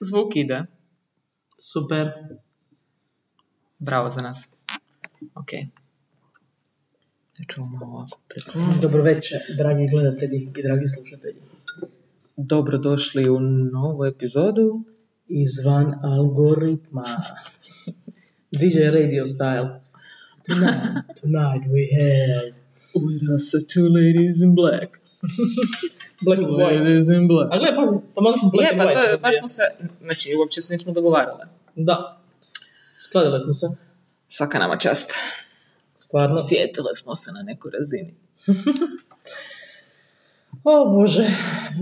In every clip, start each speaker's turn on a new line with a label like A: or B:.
A: Zvuk ide.
B: Super.
A: Bravo za nas. Ok. Ja čuvam malo ovako preko.
B: Dobro večer, dragi gledatelji i dragi slušatelji.
A: Dobrodošli u novu epizodu.
B: Izvan algoritma. DJ radio style. Tonight, tonight we have
A: With us are two ladies in black.
B: Black and White.
A: in black.
B: A gledaj, pazi, tamo smo Black
A: Je,
B: and
A: pa
B: White.
A: to je, baš smo se, znači uopće se nismo dogovarale.
B: Da. Skladile smo se.
A: Svaka nama čast.
B: Stvarno.
A: Sjetile smo se na nekoj razini.
B: O Bože.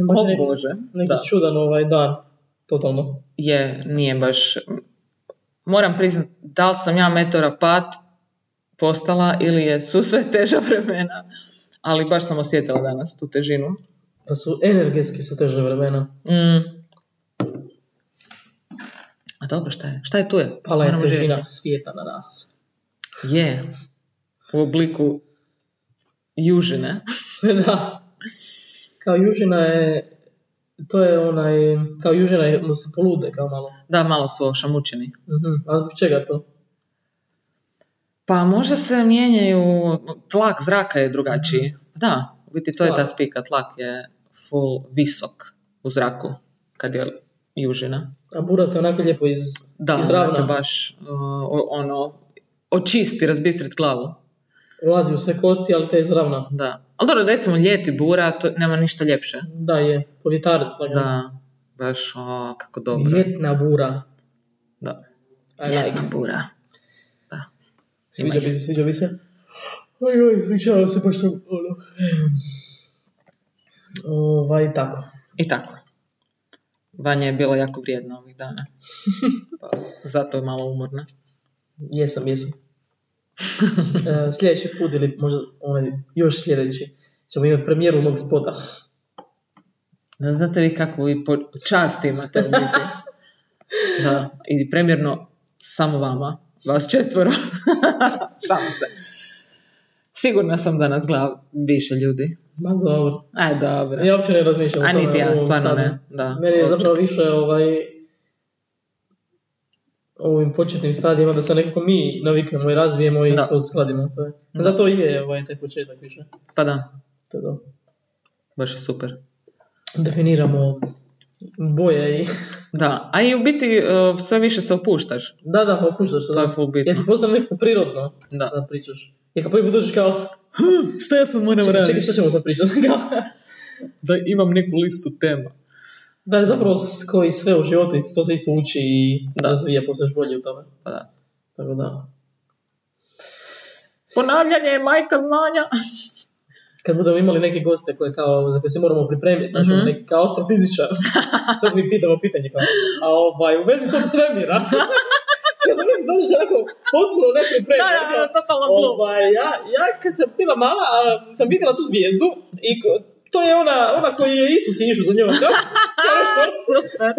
B: Baš
A: O
B: neki-
A: Bože.
B: Neki
A: Da.
B: čudan ovaj dan. Totalno.
A: Je, nije baš... Moram priznat, da li sam ja meteoropat postala ili je, su sve teža vremena, ali baš sam osjetila danas tu težinu.
B: Da su energetski su teže vremena.
A: Mm. A dobro, šta je? Šta je tu je?
B: Pala je
A: Moramo
B: težina
A: živjeti.
B: svijeta na nas.
A: Je. U obliku južine.
B: da. Kao južina je, to je onaj, kao južina je, onda se polude kao malo.
A: Da, malo su ošamučeni.
B: Mhm. A zbog čega to?
A: Pa možda se mijenjaju, tlak zraka je drugačiji. Da, u biti to je ta
B: Mhm. Tlak.
A: spika, tlak je full visok u zraku kad je južina.
B: A burat je onako lijepo iz,
A: Da,
B: izravna.
A: te baš uh, o- ono, očisti, razbistrit glavu.
B: Ulazi u sve kosti, ali te je izravna.
A: Da. Ali dobro, recimo ljeti bura, to nema ništa ljepše.
B: Da je, povjetarac. Da. ga-
A: Da, baš o, kako dobro.
B: Ljetna bura.
A: Da.
B: I like.
A: Ljetna bura.
B: Sviđa bi se, sviđa bi se. Oj, oj, ispričavam se, baš sam, ono. Ovaj, tako.
A: I tako. Vanja je bila jako vrijedna ovih dana. Pa, zato je malo umorna.
B: Jesam, jesam. E, sljedeći put ili možda onaj, još sljedeći ćemo imati premijeru mog spota.
A: Da, znate vi kako vi po... čast imate u biti. Da, i premjerno samo vama, vas četvoro. Šalim se. Sigurna sam da nas gleda više ljudi.
B: Ma dobro.
A: Aj, dobro.
B: Ja uopće ne razmišljam
A: A
B: o tome
A: niti
B: u
A: ja,
B: ovom
A: stvarno
B: stanu.
A: ne. Da,
B: Meni je
A: uopće.
B: zapravo više ovaj u ovim početnim stadijima da se nekako mi naviknemo i razvijemo i
A: Da.
B: se uskladimo. To je.
A: Da.
B: Zato i je ovaj taj početak više.
A: Pa da,
B: To je dobro.
A: baš je super.
B: Definiramo boje i...
A: Da, a i u biti uh, sve više se opuštaš.
B: Da, da, pokušaš se.
A: To je
B: Da.
A: full
B: Ja
A: bitno.
B: ti postane nekako prirodno
A: Da.
B: da pričaš. Ja kad prvi put dođeš kao,
A: Šta ja sad moram
B: čekaj, čekaj, šta ćemo sad pričati? Kao,
A: Da imam neku listu tema.
B: da, zapravo s- koji sve u životu i to se isto uči i
A: Da.
B: razvija, postaješ bolje u tome.
A: Pa da.
B: Tako da,
A: Ponavljanje je majka znanja.
B: kad budemo imali neke goste koje kao, za koje se moramo pripremiti, znači
A: Mhm.
B: neki kao astrofizičar, sad mi pitamo pitanje kao, a ovaj, u vezi tog svemira, ja sam mislim da je onako potpuno
A: E,
B: nepripremljeno.
A: totalno
B: ovaj, ja, ja kad sam bila mala, a, sam vidjela tu zvijezdu i ko- to je ona, ona koju je Isus išao za njom. Da?
A: Super.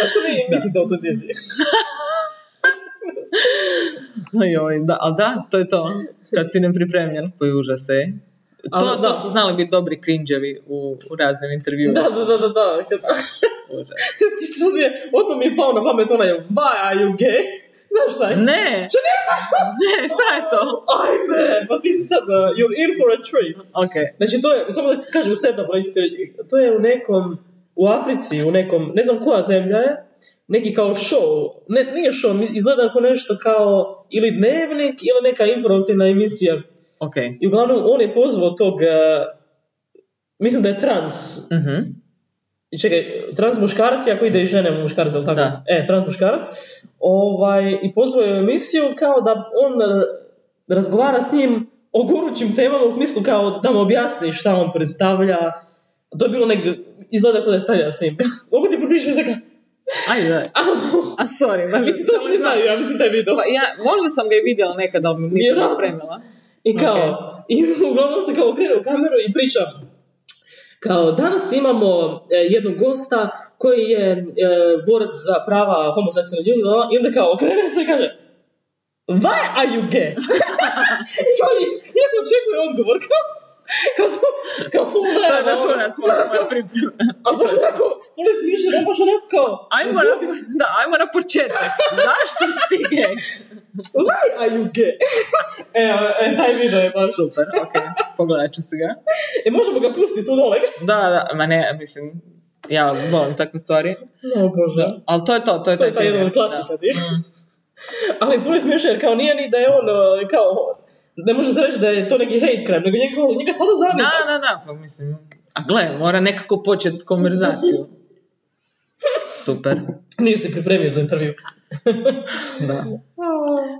B: A što vi mislite o toj zvijezdi?
A: Joj, da, ali da, to je to. Kad si nepripremljen, koji užas ej. To,
B: Ali da.
A: to su znali biti dobri cringevi u, u raznim intervjuima.
B: Da, da, da, da, da. Kad,
A: Užas.
B: se sjećam da je, odmah mi je pao na pamet onaj, why are you gay? Znaš šta je?
A: Ne!
B: Što ne znaš šta?
A: Ne, šta je to?
B: Ajme, pa ti si sad, uh, you're in for a treat.
A: Ok.
B: Znači to je, samo da kažem sedam, reći ti reći, to je u nekom, u Africi, u nekom, ne znam koja zemlja je, neki kao show, ne, nije show, izgleda kao nešto kao ili dnevnik ili neka informativna emisija.
A: Ok.
B: I uglavnom on je pozvao tog, uh, mislim da je trans,
A: Mhm.
B: i čekaj, trans muškarac, iako ide i žene muškarac, ali tako?
A: Da.
B: E, trans muškarac. Ovaj, I pozvao je u emisiju kao da on e, razgovara s njim o gorućim temama u smislu kao da mu objasni šta on predstavlja. To je bilo negdje, izgleda kao da je stavljena snimka. Mogu ti popišeš neka...
A: Ajde, da. A sorry, baš...
B: Mislim, to svi znaju, ja mislim, taj video.
A: Pa ja, možda sam ga i vidjela nekad, ali nisam ga
B: Vjerojatno.
A: spremila.
B: I kao,
A: Ok.
B: i uglavnom se kao okrene u kameru i priča kao danas imamo e, jednog gosta koji je e, borac za prava homoseksualnih ljudi no, i onda kao okrene se i kaže Why are you gay? I kao, i- Iako očekuje odgovor, kao Kao, smo- kao ful
A: To je
B: gledamo,
A: vrhunac moja moja priprema.
B: A baš onako, ful je smišljeno, baš onako kao...
A: Ajmo na, da, ajmo na početak. Zašto si gay?
B: Why are you gay? Evo, e, taj video je baš...
A: Super, ok. Pogledat ću se ga.
B: E, možemo ga pustiti tu dole?
A: Da, da, ma ne, mislim, ja volim takve stvari.
B: No, bože.
A: Ali to je to, to je
B: To
A: taj
B: je ta
A: primjer,
B: jedna od
A: da. Mm.
B: klasika, viš? Ali ful je smiješno jer kao nije ni da je on e, kao... Ne može se reći da je to neki hate crime, nego njega, njega samo zanima.
A: Da, da, da, pa mislim. A gle, mora nekako početi konverzaciju. Super,
B: Nije se pripremio za intervju.
A: da.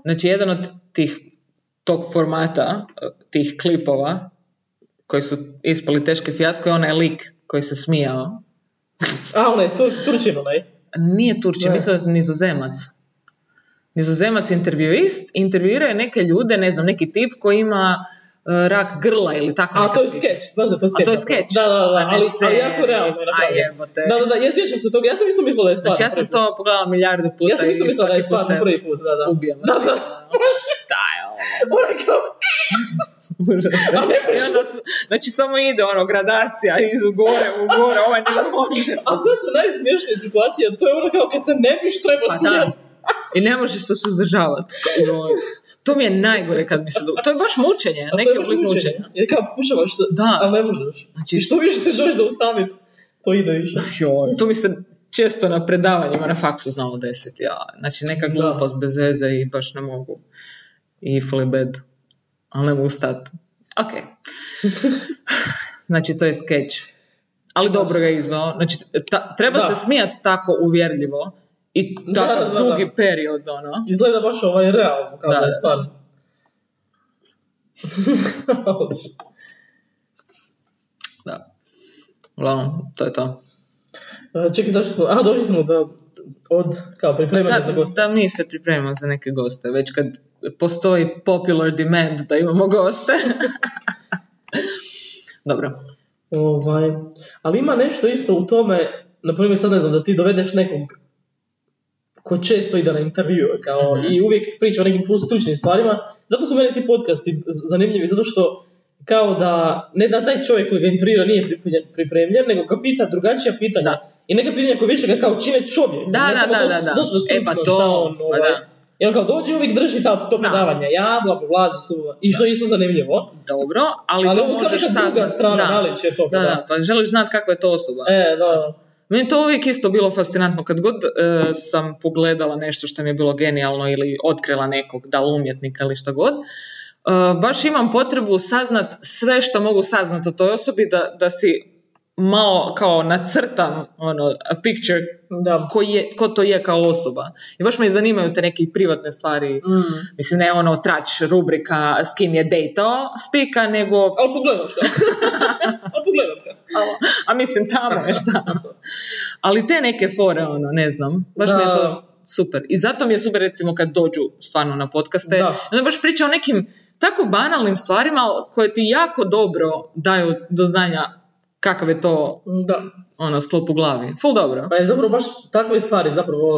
A: Znači, jedan od tih tog formata, eh, tih klipova, koji su ispali teške fijasko, je onaj lik koji se smijao.
B: A, onaj, tur, Turčin onaj.
A: Nije Turčin,
B: Ne.
A: mislim da je nizozemac. Nizozemac je intervjuist, intervjuirao je neke ljude, ne znam, neki tip koji ima eh, rak grla ili tako
B: A
A: neka
B: to je
A: slika.
B: skeč, znaš da je to skeč.
A: to je skeč?
B: Da, da,
A: A
B: da,
A: ne
B: ali, ali
A: serija.
B: jako realno je
A: A
B: napravljeno.
A: jebote.
B: Da, da, da, ja sjećam se toga, ja sam isto mislila da je stvarno
A: Znači, ja sam
B: prvi put.
A: to pogledala milijardu puta
B: Ja sam isto
A: i
B: mislila da
A: svaki
B: je
A: put
B: stvarno
A: se
B: prvi put, da, da.
A: ubijemo.
B: Da, da.
A: Šta je ovo?
B: Ona kao,
A: Užasno. I onda su- znači, samo ide ono, gradacija iz u gore, u gore, ovaj ne može.
B: a to su najsmiješnije situacije, to je ono kao kad se ne biš trebao
A: Pa da.
B: smijati.
A: I ne možeš se suzdržavati. Joj. To mi je najgore kad mi se... do- To je baš mučenje,
B: A to je
A: neki
B: baš
A: oblik
B: mučenje.
A: mučenja.
B: Jer kao pokušavaš se,
A: Da.
B: ali ne možeš.
A: Znači-
B: I što više se želiš zaustaviti, to ide više.
A: To mi se često na predavanjima na faksu znalo desiti. Ja. Znači, neka glupost bez veze i baš ne mogu. I flibed. Ali ne mogu stati. Ok. znači, to je skeč. Ali dobro ga je izveo. Znači, ta- treba se
B: Da.
A: smijati tako uvjerljivo i
B: Da,
A: tako
B: da, da,
A: dugi
B: da.
A: period, ono.
B: Izgleda baš ovaj realno, kao
A: Da,
B: da, je
A: da.
B: stvarno.
A: Da. Uglavnom, to je to.
B: A, Čekaj, zašto smo, a došli smo da od, kao pripremanja za
A: Sad,
B: goste.
A: da mi se pripremamo za neke goste, već kad postoji popular demand da imamo goste. Dobro.
B: Ovaj. Ali ima nešto isto u tome, na primjer sad ne znam, da ti dovedeš nekog ko često ide na intervju kao,
A: Mhm.
B: i uvijek priča o nekim full stručnim stvarima. Zato su meni ti podcasti z- zanimljivi, zato što kao da, ne da taj čovjek koji ga intervjuira nije pripremljen, pripremljen nego ga pita drugačija pitanja.
A: Da.
B: I neka pitanja koja više ga kao čine čovjek.
A: Da,
B: ne
A: da,
B: samo
A: da,
B: to
A: da, da.
B: točno
A: E, pa
B: stručno
A: to,
B: šta on,
A: pa
B: ovaj.
A: da.
B: I on kao dođe i uvijek drži ta, to predavanje. Ja, bla, bla, bla, za su- I što je isto zanimljivo.
A: Dobro, ali,
B: Ali
A: to
B: ovo kao
A: možeš
B: neka druga
A: saznati.
B: strana
A: da.
B: naličje toga,
A: da, da,
B: da.
A: pa želiš znati kakva je to osoba.
B: E, da, da.
A: Meni je to uvijek isto bilo fascinantno. Kad god e, sam pogledala nešto što mi je bilo genijalno ili otkrila nekog, da li umjetnika ili šta god, e, baš imam potrebu saznat sve što mogu saznat o toj osobi da, da si malo kao nacrtam ono, a picture
B: Da.
A: ko, je, ko to je kao osoba. I baš me zanimaju te neke privatne stvari.
B: Mm.
A: Mislim, ne ono trač rubrika s kim je dejtao spika, nego
B: Ali pogledam što. Ali pogledam ga.
A: a mislim tamo je šta. Ali te neke fore, ono, ne znam, baš mi je to
B: Da.
A: super. I zato mi je super, recimo, kad dođu stvarno na podcaste,
B: Da.
A: i onda baš priča o nekim tako banalnim stvarima ali koje ti jako dobro daju do znanja kakav je to
B: Da.
A: ono, sklop u glavi. Ful dobro.
B: Pa je zapravo baš takve stvari zapravo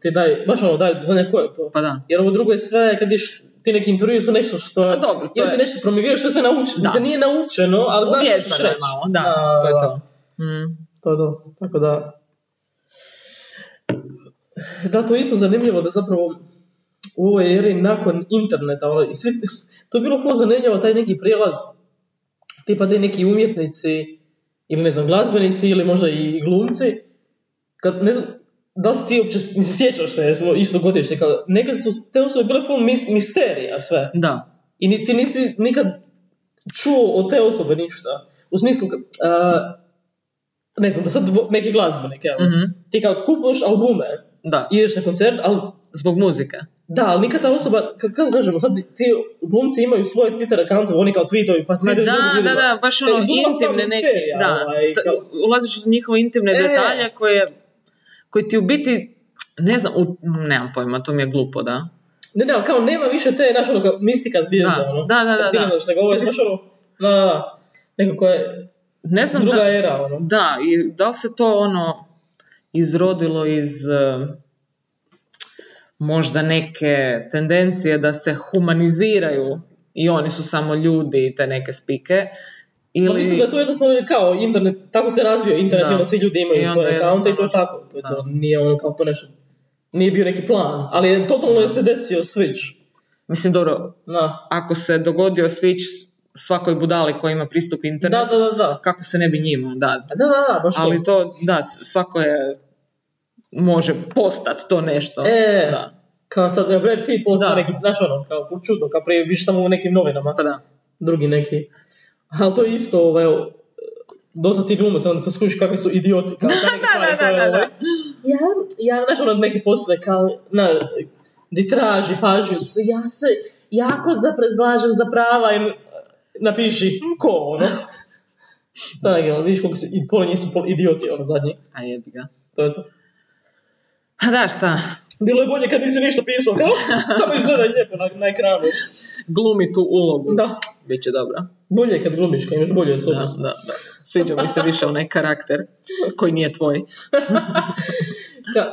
B: ti daj, baš ono daju do znanja ko je to.
A: Pa da.
B: Jer ovo drugo je sve, kad iš, ti neki intervju su nešto što...
A: A Pa dobro, to
B: ili
A: je-
B: ti nešto promiviraš što se naučeno.
A: Da.
B: Da. Se nije naučeno, ali Pa znaš što ćeš
A: Uvježbano je
B: reći.
A: malo, da,
B: A,
A: to je to. Mm.
B: To je to. Tako da... Da, to je isto zanimljivo da zapravo u ovoj eri nakon interneta, ono, i svi, to je bilo ful zanimljivo, taj neki prijelaz, tipa te neki umjetnici, ili ne znam, glazbenici, ili možda i glumci, kad, ne znam, da li si ti uopće, mislim, sjećaš se, smo isto godište, kao, nekad su te osobe bile ful mis- misterija sve.
A: Da.
B: I ni, ti nisi nikad čuo od te osobe ništa. U smislu, a, ne znam, da sad vo- neki glazbenik, evo.
A: Mhm.
B: Ti kao kupuješ albume,
A: Da.
B: ideš na koncert, ali
A: Zbog muzike.
B: da, ali nikad ta osoba, ka- kako kažemo, sad ti glumci imaju svoje Twitter akante, oni kao tweetovi, pa
A: Ma
B: tweetovi
A: da, da, da, baš ono intimne neke, da, t- ulaziš u njihove intimne
B: ovaj, E.
A: detalje koje, koje ti u biti, ne znam, u, nemam pojma, to mi je glupo, da.
B: Ne, ne, ali kao nema više te, znaš, ono, kao mistika zvijezda,
A: Da,
B: ono.
A: da, da, da,
B: Ti
A: da.
B: gledaš, nego ovo je, znaš, ono, da, da, da, nekako je
A: Ne znam
B: druga
A: da,
B: era, ono.
A: da, i da li se to ono izrodilo iz eh, možda neke tendencije da se humaniziraju i oni su samo ljudi i te neke spike
B: Pa mislim da je to jednostavno kao internet, tako se razvio internet,
A: Da.
B: i onda svi ljudi
A: I
B: imaju
A: onda
B: svoje akaunte i to
A: jednostavno-
B: je tako. To, je
A: Da.
B: to nije ono kao to nešto, nije bio neki plan, ali je totalno je se desio switch.
A: Mislim, dobro,
B: Da,
A: ako se dogodio switch svakoj budali koja ima pristup
B: da,
A: internetu,
B: da, da. Da,
A: kako se ne bi njima, da.
B: da, da, da baš to.
A: Ali to, da, svako je, može postat to nešto.
B: E.
A: Da,
B: Kao sad je Brad Pitt postao
A: Da.
B: neki, znaš ono, kao fur čudno, kao prije više samo u nekim novinama,
A: pa da.
B: drugi neki. Ali to je isto, ovaj, dosta ti glumaca, onda kad skužiš kakvi su idioti, kao ta neke stvari, to je, ovaj, ja, ja, znaš ono, neki postave kao, na, di traži pažnju, se, ja se jako zaprezlažem za prava i napiši ko, ono. Da, ono, vidiš koliko su, i pola njih su pol idioti, ono, zadnji.
A: A jebi ga.
B: To je to.
A: A da, šta?
B: Bilo je bolje kad nisi ništa pisao, kao, samo izgleda lijepo na, na ekranu.
A: Glumi tu ulogu.
B: Da.
A: Biće dobro.
B: Bolje je kad glumiš, kad imaš bolju
A: Da,
B: osobnost.
A: da, da. Sviđa mi se više onaj karakter koji nije tvoj.
B: Ka,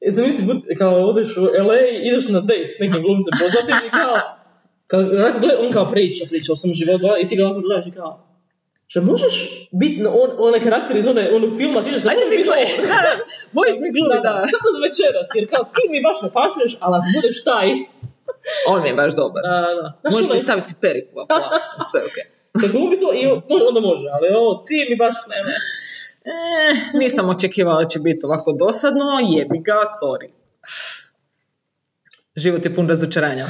B: e, zamisli, bud- kao odeš u LA, ideš na date s nekim glumcem poznatim i kao, kao onako gleda, on kao priča, priča o svom životu i ti ga ovako gledaš i kao, Što možeš biti na on, onaj karakter iz one, onog filma, ti ćeš sad možeš biti on.
A: Možeš mi glumi, da.
B: Samo za večeras, jer kao ti mi baš ne pašuješ, ali ako budeš taj.
A: On je baš dobar.
B: Da, da. Znaš,
A: Možeš mi
B: onaj,
A: staviti periku, a plavu, sve okej.
B: kad glumi to, i on, onda može, ali ovo, ti mi baš ne, ne.
A: Eh, nisam očekivala da će biti ovako dosadno, jebi ga, sorry. Život je pun razočaranja.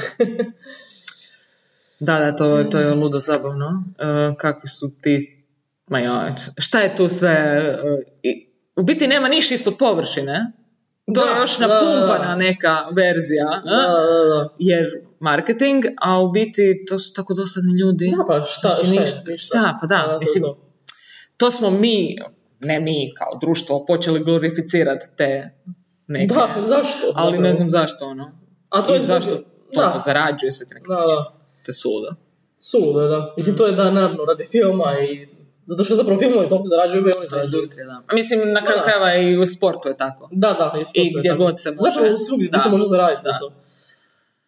A: Da, da, to, to je ludo zabavno. E, kakvi su ti... Ma joj, šta je tu sve... e, i- u biti nema niš ispod površine. To
B: Da,
A: je još
B: da, da, da.
A: napumpana neka verzija.
B: Da,
A: a?
B: da, da.
A: Jer marketing, a u biti to su tako dosadni ljudi.
B: Da, pa šta,
A: Znači,
B: šta, je,
A: ništa- šta, pa da,
B: to je
A: mislim,
B: to.
A: to smo mi, ne mi kao društvo, počeli glorificirati te neke.
B: Da, pa zašto?
A: ali ne
B: zapravo?
A: znam zašto ono.
B: A to je
A: I
B: zbog-
A: zašto toliko
B: da,
A: zarađuje se tako
B: da, da.
A: To je suludo.
B: Suludo je, da. Mislim, to je da, naravno, radi filma i... Zato što zapravo filmovi toliko zarađuju, pa i oni
A: To je
B: zarađuju.
A: industrija, da. A Mislim, na kraju
B: Da.
A: krajeva i u sportu je tako.
B: Da, da, isto
A: I
B: to je
A: gdje
B: tako.
A: god se može.
B: Zapravo svugdje gdje
A: Da.
B: se može zaraditi
A: Da.
B: na to.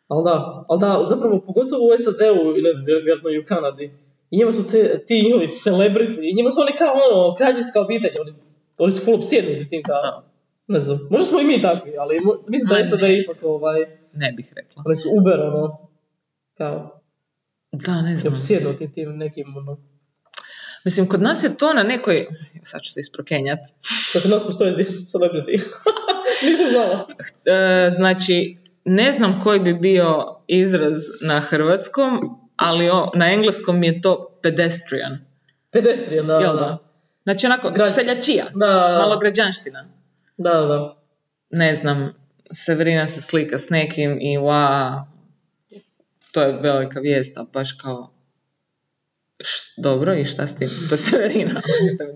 B: Ali da, ali da, zapravo pogotovo u SAD-u ili vjerojatno i u Kanadi. I njima su te, ti njihovi celebrity, i njima su oni kao ono, kraljevska obitelj, oni, oni su full obsjednuti tim kao.
A: Da.
B: Ne znam, možda smo i mi takvi, ali mo- mislim da
A: Ma
B: je SAD ipak ovaj,
A: Ne bih rekla.
B: oni su uber ono, kao,
A: Da, ne znam.
B: obsjednuti tim nekim ono,
A: Mislim, kod nas je to na nekoj... Sad ću se isprokenjat.
B: Znači, nas postoje zvijezda celebrity. Nisam znala.
A: E, znači, ne znam koji bi bio izraz na hrvatskom, ali o- na engleskom je to pedestrian.
B: Pedestrian, da.
A: Jel da? Znači onako,
B: Građ-
A: seljačija.
B: Da, da.
A: Malo građanština.
B: Da, da.
A: Ne znam, Severina se slika s nekim i wa, to je velika vijest, a baš kao, š- dobro i šta s tim? To je Severina.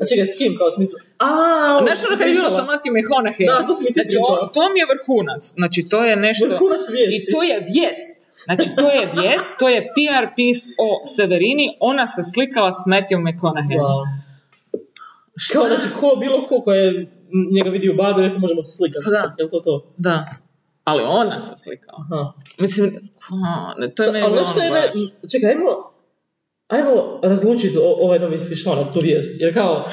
B: A čekaj, s kim kao smisla? A,
A: Znaš ono kad je bilo sa Mati Mehonahe?
B: Da, to si mi ti
A: znači,
B: pričala.
A: o- to mi je vrhunac. Znači, to je nešto...
B: Vrhunac vijesti.
A: I to je vijest. Znači, to je vijest, to je PR piece o Severini, ona se slikala s Matthew McConaughey.
B: Wow. Kao, znači, ko, bilo ko ko je njega vidio u babi, rekao, možemo se slikati.
A: Pa da.
B: Jel to to?
A: Da. Ali ona se slikala.
B: Aha.
A: Mislim, ko- ne, to je meni
B: Ali znaš
A: ono
B: šta je...
A: baš...
B: Ne... Čekaj, ajmo... Ajmo razlučiti o- ovaj novinski članak, tu vijest. Jer kao,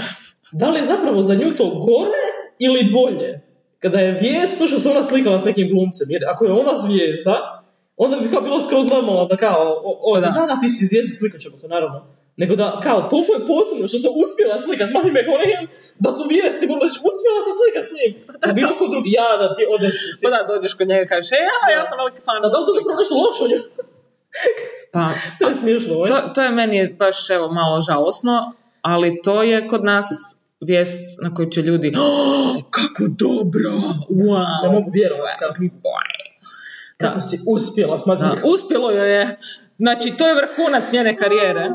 B: da li je zapravo za nju to gore ili bolje? Kada je vijest to što se ona slikala s nekim glumcem. Jer ako je ona zvijezda, onda bi kao bilo skroz normalno da kao, o, o,
A: Pa
B: da.
A: da.
B: da, ti si zvijezda, slikat ćemo se, naravno. Nego da, kao, toliko je posebno što se uspjela slika s Matthew McConaugheyem, da su vijesti, mogu reći, uspjela se slika s njim. A bilo ko drugi, ja da ti odeš.
A: Pa da, dođeš kod njega i kažeš, e, ja, ja
B: Da.
A: sam veliki fan.
B: Da, da li to zapravo nešto loše od nje?
A: Pa,
B: To je smiješno, ovaj.
A: to, to je meni baš, evo, malo žalosno, ali to je kod nas vijest na koju će ljudi "Oh, kako dobro, wow,
B: Ne mogu vjerovati kako-
A: happy boy."
B: Kako
A: Da,
B: si uspjela smatram.
A: da, uspjelo joj je. Znači, to je vrhunac njene karijere.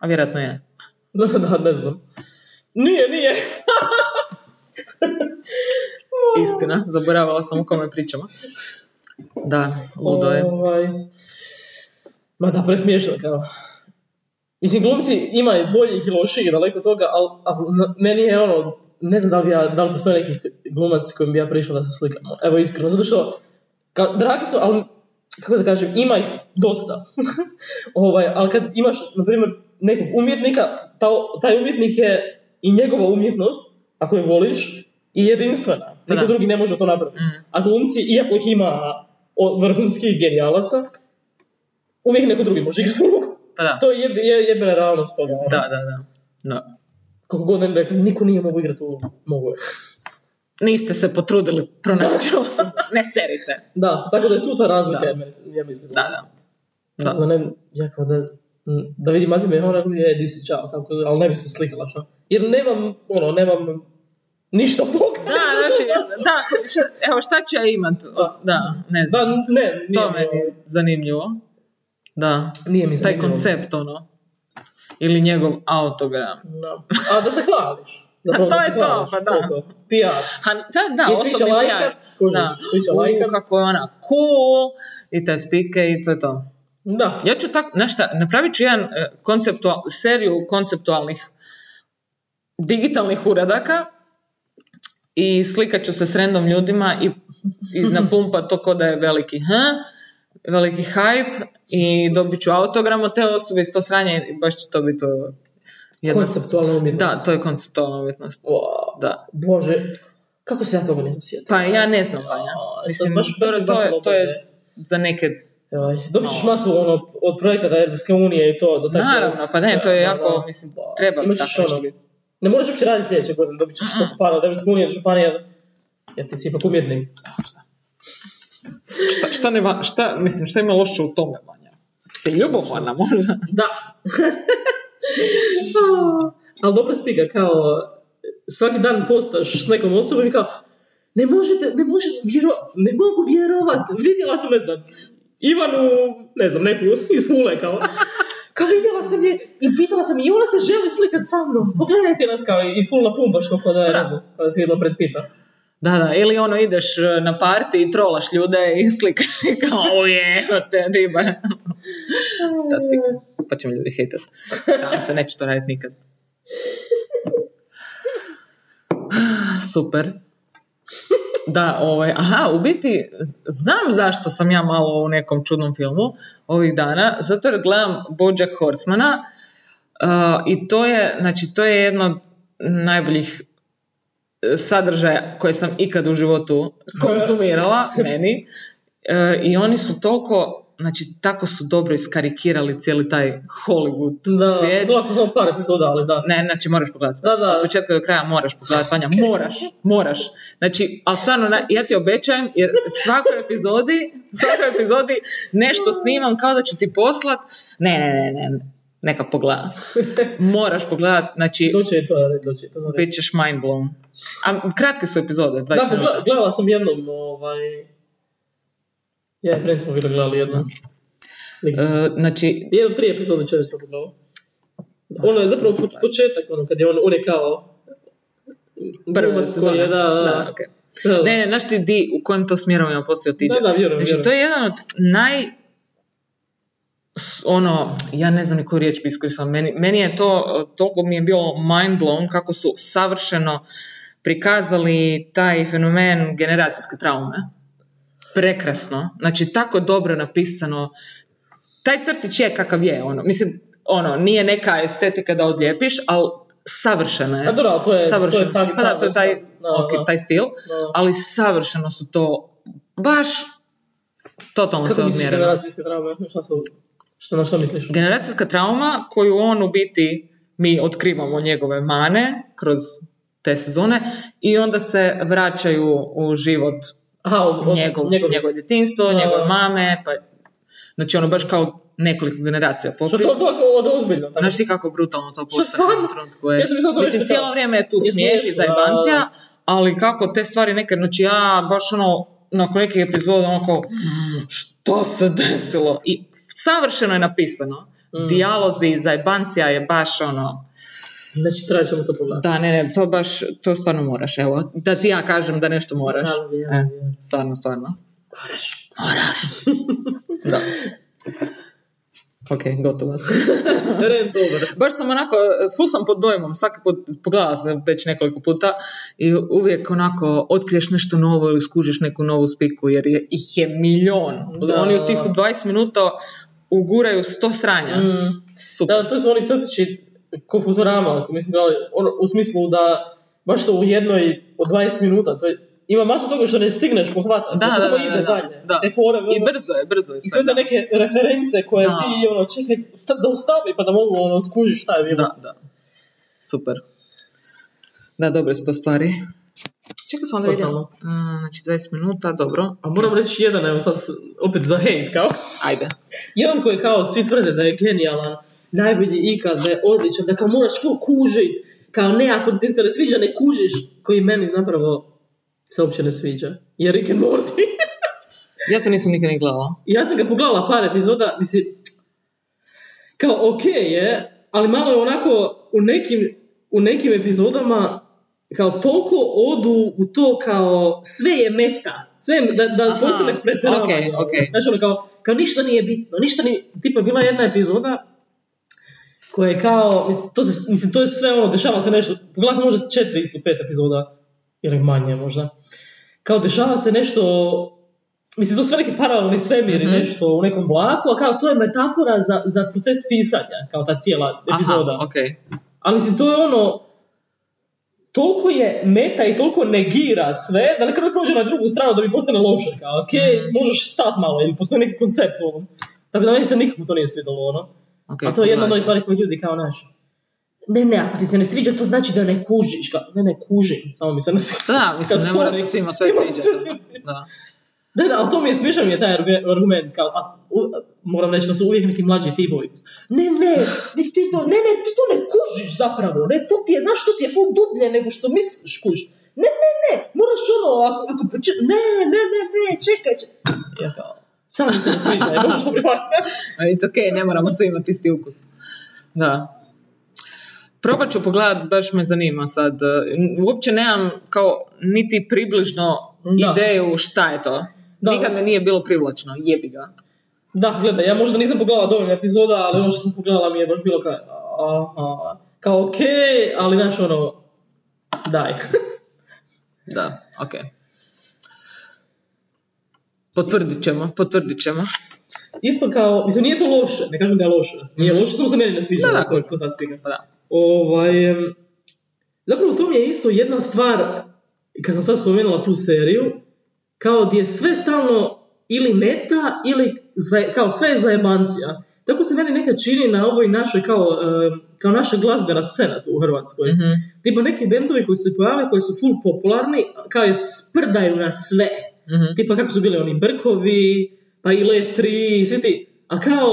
A: A vjerojatno je.
B: Da, da, ne znam. Nije, nije.
A: Istina, zaboravila sam o kome pričamo. Da, ludo je.
B: Ovaj. Ma da, presmiješno kao. Mislim, glumci ima i boljih i loših, daleko od toga, ali, meni je ono, ne znam da li, bi ja, da li postoji neki glumac s kojim bi ja prišla da se slikam. Evo iskreno, zato što, kao, dragi su, ali, kako da kažem, ima ih dosta. ovaj, ali kad imaš, na primjer, nekog umjetnika, ta- taj umjetnik je i njegova umjetnost, ako je voliš, i jedinstvena.
A: Da.
B: Niko drugi ne može to napraviti.
A: Mm.
B: A glumci, iako ih ima o- vrhunskih genijalaca, uvijek neko drugi može igrati ulogu.
A: Pa da,
B: To je, je, jebena realnost toga. ono.
A: da, da, da. No.
B: Kako god ne bi rekli, niko nije mogu igrati ulogu. Mogu je.
A: Niste se potrudili pronaći osobu. Ne serite.
B: Da, tako da je tu ta razlika,
A: Da.
B: ja mis- ja mislim.
A: Da, da. Da.
B: Tako Ono, ne, ja kao da, da vidim Matiju Mehora, je, di si čao, kako, ali ne bi se slikala što. Jer nemam, ono, nemam ništa od toga.
A: Da, znači, da, šta- evo šta ću ja imat?
B: Da.
A: Da, ne znam.
B: Da, ne, nije,
A: To
B: mi- ono,
A: meni je zanimljivo. Da.
B: nije mi
A: Taj
B: zanimljivo.
A: koncept, ono. Ili njegov autogram.
B: Da. A da se hvališ.
A: A to je to, pa da.
B: PR.
A: Ha, da, da,
B: Jer svi će
A: osobni
B: lajkat,
A: PR.
B: kužiš,
A: Da.
B: svi će
A: U,
B: lajkat.
A: kako je ona cool. I te spike i to je to.
B: Da.
A: Ja ću tako, znaš šta, napravit ću jedan e, konceptua- seriju konceptualnih digitalnih uradaka i slikat ću se s random ljudima i, i napumpat to ko da je veliki h, veliki hype i dobit ću autogram od te osobe iz to sranje i baš će to biti to jedna...
B: Konceptualna umjetnost.
A: Da, to je konceptualna umjetnost.
B: Wow.
A: Da.
B: Bože, kako se ja toga nisam sjetila?
A: Pa ja ne znam, Vanja.
B: A,
A: Mislim,
B: baš- baš
A: dobro,
B: mi
A: to, je,
B: bacilo
A: to je
B: opet.
A: za neke...
B: Joj, Dobit ćeš
A: No.
B: masu ono, od projekata Europske unije i to za taj
A: Naravno,
B: projekt.
A: pa ne, to je
B: Da,
A: jako,
B: da.
A: mislim, treba bi
B: Imaš
A: tako nešto
B: ono,
A: biti.
B: Ne moraš uopće raditi sljedeće godine, dobit ćeš što para od Europske unije, od županija, jer ti si ipak umjetnik.
A: Šta, šta, ne va- šta, mislim, šta ima loše u tome, Vanja? Se ljubovana možda?
B: Da. Ali dobro spiga, kao svaki dan postaš s nekom osobom i kao ne možete, ne možete, vjero, ne mogu vjerovat, vidjela sam, ne znam, Ivanu, ne znam, neku iz Pule, kao, kao vidjela sam je i pitala sam je i ona se želi slikat sa mnom, pogledajte nas, kao i full na pumpa što kod da je, ne znam, kada se jedno predpita.
A: Da, da, ili ono ideš e, na parti i trolaš ljude i slikaš i kao, o je, evo te riba. Ta spika. Pa će me ljudi hejtat. Šalim se, neću to raditi nikad. Super. Da, ovaj, aha, u biti znam zašto sam ja malo u nekom čudnom filmu ovih dana, zato jer gledam Bojack Horsemana uh, i to je, znači, to je jedno od najboljih eh, sadržaja koje sam ikad u životu konzumirala, meni. E, I oni su toliko, znači, tako su dobro iskarikirali cijeli taj Hollywood
B: Da,
A: svijet.
B: gledala sam samo par epizoda, ali da.
A: Ne, znači moraš pogledati.
B: Da, da.
A: Od početka do kraja moraš pogledati, Vanja, moraš, moraš. Znači, ali stvarno, na- ja ti obećajem, jer svakoj epizodi, svakoj epizodi nešto snimam kao da ću ti poslat. Ne, ne, ne, ne, neka pogleda. Moraš pogledat, znači,
B: Doći je to, na red, doći je to na red.
A: bit ćeš mind blown. A kratke su epizode, 20
B: Da, pa
A: minuta.
B: gle- gledala sam jednom, ovaj... Ja i Friends smo bili gledali jednom.
A: E, znači,
B: Jednom tri epizode četiri sam gledala. Ono je zapravo poč- početak, ono, kad je on, on je kao...
A: prve
B: glumac koji
A: sezone.
B: je, Da, da,
A: Da,
B: da.
A: okej.
B: Da,
A: Ne, ne, znaš ti di, u kojem to smjeru je poslije otiđe.
B: Da, da, vjerujem,
A: Znači, to je jedan od naj... s- Ono, ja ne znam ni koju riječ bi iskoristila. Meni, meni je to, eh, toliko mi je bilo mind blown kako su savršeno prikazali taj fenomen generacijske traume. Prekrasno. Znači, tako dobro napisano. Taj crtić je kakav je, ono. Mislim, ono, nije neka estetika da odlijepiš, ali savršena je.
B: A dobro, ali to je...
A: savršeno.
B: to je tag-
A: pa da, to je taj,
B: da, da.
A: ok, taj stil
B: Da.
A: ali savršeno su to baš totalno
B: Kako
A: se
B: misliš
A: odmjereno.
B: generacijske drame? Šta su... Šta, na što misliš?
A: Generacijska trauma koju on u biti mi otkrivamo njegove mane kroz te sezone i onda se vraćaju u život
B: Aha, od, od,
A: njegov,
B: njegov-
A: njegovo djetinstvo,
B: Da.
A: njegove mame, pa znači ono baš kao nekoliko generacija
B: Što
A: pokriva.
B: to to od ozbiljno? tako?
A: Pa Znaš ti kako brutalno to postane u
B: stvarno?
A: jednom trenutku je.
B: Ja sam mislila da
A: Mislim,
B: nešto
A: cijelo
B: kao-
A: vrijeme je tu
B: Je
A: smijeh i
B: smiješno, da,
A: zajbancija,
B: da.
A: ali kako te stvari neke, znači ja baš ono, nakon nekih epizoda ono kao, "Mm, što se desilo? I savršeno je napisano.
B: Mm.
A: Dijalozi i zajbancija je baš ono,
B: Znači, trebat ćemo to pogledati.
A: da ne, ne, to baš, to stvarno moraš, evo, da ti ja kažem da nešto moraš.
B: Da, vjerujem,
A: E,
B: vjerujem.
A: stvarno, stvarno.
B: Moraš.
A: Da. Ok, gotovo sam.
B: Rent dobar.
A: baš sam onako, e, ful sam pod dojmom, svaki put pogledala sam ga već nekoliko puta i uvijek onako otkriješ nešto novo ili skužiš neku novu spiku jer je, ih je milion.
B: Da.
A: Oni u tih 20 minuta uguraju sto sranja.
B: Mm.
A: Super.
B: Da, to su oni crtići ko Futurama, ako mislim, ali ono, u smislu da baš to u jednoj od 20 minuta, to je, ima masu toga što ne stigneš pohvatati,
A: Da,
B: to
A: da,
B: samo
A: da,
B: ide
A: da,
B: dalje.
A: da.
B: Te fore, ono,
A: I brzo je, brzo je
B: i
A: sve.
B: sve te neke reference koje
A: Da.
B: ti, ono, čekaj, sta- da ustavi pa da mogu, ono, skužiš šta je bilo.
A: Da, da. Super. Da, dobre su to stvari. Čekaj sam da vidim.
B: Totalno.
A: Znači 20 minuta, dobro.
B: A moram reći jedan, evo sad, opet za hate, kao.
A: Ajde.
B: Jedan koji kao svi tvrde da je genijalan, najbolji ikad, da je odličan, da kao moraš kao kužit, kao ne, ako ti se ne sviđa, ne kužiš, koji meni zapravo se uopće ne sviđa. Je Rick and Morty.
A: Ja to nisam nikad ni gledala.
B: ja sam ga pogledala par epizoda, mislim, kao ok je, ali malo je onako u nekim, u nekim epizodama kao toliko odu u to kao sve je meta. Sve je, da, da
A: Aha,
B: postane preseravanje.
A: okej, okej.
B: Znači ono kao, kao ništa nije bitno, ništa ni, tipa bila je jedna epizoda koja je kao, mislim, to, se, mislim, to je sve ono, dešava se nešto, pogledala sam možda četiri ili pet epizoda, ili manje možda. Kao dešava se nešto Mislim, to su sve neki paralelni svemiri,
A: Mhm.
B: nešto u nekom vlaku, a kao to je metafora za, za proces pisanja, kao ta cijela epizoda.
A: Aha, okej.
B: Ali mislim, to je ono, toliko je meta i toliko negira sve, da na kraju prođe na drugu stranu da bi postane loše, kao, ok,
A: Mhm.
B: možeš stat malo, ili postoji neki koncept u ovom. Tako da meni se nikako to nije svidjelo, ono.
A: okej,
B: a to je jedna od
A: pogledat
B: onih
A: ću.
B: stvari koje ljudi kao naš. Ne, ne, ako ti se ne sviđa, to znači da ne kužiš. Kao, ne, ne, kužim. Samo mi se ne sviđa.
A: Da, mislim,
B: Kao,
A: ne mora
B: sorry.
A: se svima sve
B: Ne mora se sve
A: sviđati.
B: sviđati.
A: Da.
B: Ne, ne, ali to mi je smiješan mi je taj argu- argument, kao, a, u- a, moram reći da su uvijek neki mlađi tipovi. Ne, ne, ni ti to, ne, ne, ti to ne kužiš zapravo, ne, to ti je, znaš, to ti je ful dublje nego što misliš kuž. Ne, ne, ne, moraš ono, ako, ako, proči- ne, ne, ne, ne, čekaj, čekaj. Ja kao, samo mi se ne sviđa, ne možeš to prihvatiti.
A: It's ok, ne moramo svi imati isti ukus. Da. Probat ću pogledat, baš me zanima sad. eh, Uopće nemam kao niti približno
B: Da.
A: ideju šta je to.
B: Da.
A: Nikad me nije bilo privlačno, jebi ga.
B: Da, gledaj, ja možda nisam pogledala dovoljno epizoda, ali ono što sam pogledala mi je baš bilo kao, aha, kao okej, ali znaš ono, daj.
A: Da, ok. Potvrdit ćemo, potvrdit ćemo.
B: Isto kao, mislim, nije to loše, ne kažem da je loše. Nije loše, samo se meni ne sviđa
A: Da, da.
B: kod, kod nas pika.
A: Pa Da.
B: Ovaj, em, zapravo to mi je isto jedna stvar, kad sam sad spomenula tu seriju, kao gdje je sve stalno ili meta, ili za- kao sve je zajebancija. Tako se meni neka čini na ovoj našoj, kao, em, kao naša glazbena scena tu u Hrvatskoj.
A: Mhm.
B: Tipa neki bendovi koji se pojave, koji su full popularni, kao je sprdaju na sve.
A: mhm.
B: Tipa kako su bili oni Brkovi, pa i Letri, svi ti. A kao,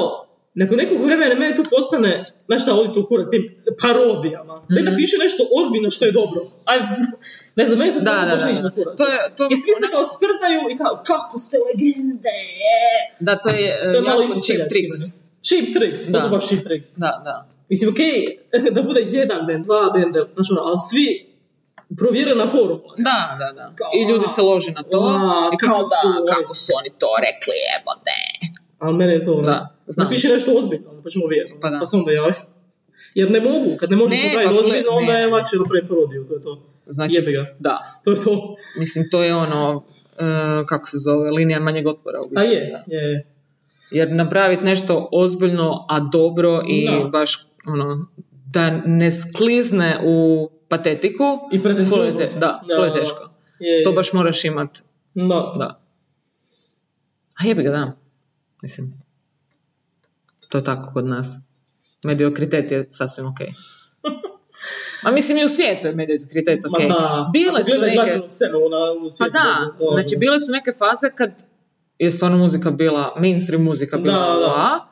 B: nakon nekog vremena meni tu postane, znaš šta, odi tu kurac s tim parodijama. Mm
A: Mhm.
B: napiše nešto ozbiljno što je dobro. Aj, ne znam, meni to
A: Da, da,
B: baš
A: da,
B: ništa
A: da.
B: kurac.
A: To je, to,
B: I svi se kao sprdaju i kao, kako ste legende!
A: da, to je, e,
B: To je malo
A: jako
B: isto
A: cheap
B: seljački
A: tricks.
B: meni. Cheap tricks, da.
A: Da.
B: to su baš cheap tricks.
A: Da, da.
B: Mislim, okej, da bude jedan band, dva benda, znaš ono, ali svi provjerena formula.
A: Da, da, da.
B: Kao,
A: I ljudi se lože na to.
B: a,
A: I kako
B: kao
A: su,
B: da,
A: kako su oni to rekli, jebote.
B: Ali mene je to ono,
A: Da, znam.
B: napiši nešto ozbiljno, onda pa ćemo vidjeti,
A: Pa da.
B: pa se onda javi. Jer ne mogu, kad ne možeš
A: Ne,
B: napraviti
A: pa gle-
B: ozbiljno, onda
A: ne.
B: je lakše napraviti parodiju, to je to.
A: Znači,
B: Jebi ga.
A: da.
B: To je to.
A: Mislim, to je ono, e, kako se zove, linija manjeg otpora. u biti.
B: A je, je.
A: Jer napraviti nešto ozbiljno, a dobro i
B: Da.
A: baš, ono, da ne sklizne u patetiku,
B: I
A: ful je
B: pretenciozno.
A: te- da, ful je teško.
B: Je,
A: To
B: je.
A: baš moraš imat,
B: No,
A: da. A jebi ga, da. Mislim, to je tako kod nas. Mediokritet je sasvim okej. A mislim i u svijetu je mediokritet
B: ma
A: okej.
B: da.
A: Bile
B: Ako
A: su
B: gledaj
A: neke...
B: glazbenu scenu na- u
A: Pa
B: svijetu,
A: da,
B: ono,
A: znači bile su neke faze kad je stvarno muzika bila, mainstream muzika bila
B: Da, da.
A: ua,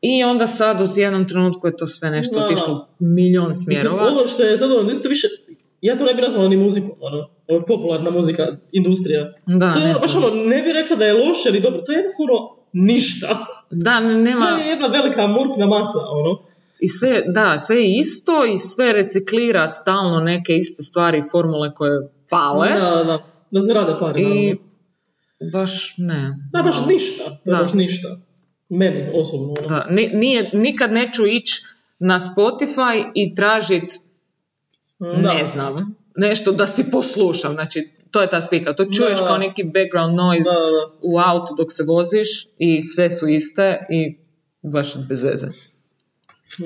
A: i onda sad u jednom trenutku je to sve nešto
B: Da.
A: otišlo u milion
B: Mislim,
A: smjerova.
B: ovo što je sad ono, isto više, ja to ne bi nazvala ni muzikom, ono, ovo popularna muzika, industrija.
A: Da,
B: to je
A: ne
B: ono, baš
A: znam.
B: ono, ne bi rekla da je loše ili dobro, to je jednostavno ništa.
A: Da, ne- nema,
B: Sve je jedna velika amorfna masa, ono.
A: i sve, da, sve je isto i sve reciklira stalno neke iste stvari i formule koje pale.
B: Da, da, da. Da zarade pare,
A: I
B: I...
A: baš ne.
B: Da, baš ništa. Da,
A: Da.
B: baš ništa. Meni, osobno. Ono.
A: Da, ni- nije, nikad neću ići na Spotify i tražit
B: Mm, Da.
A: ne znam, nešto da si poslušam, znači to je ta spika, to čuješ
B: Da.
A: kao neki background noise
B: Da, da, da.
A: u autu dok se voziš i sve su iste i baš bez veze.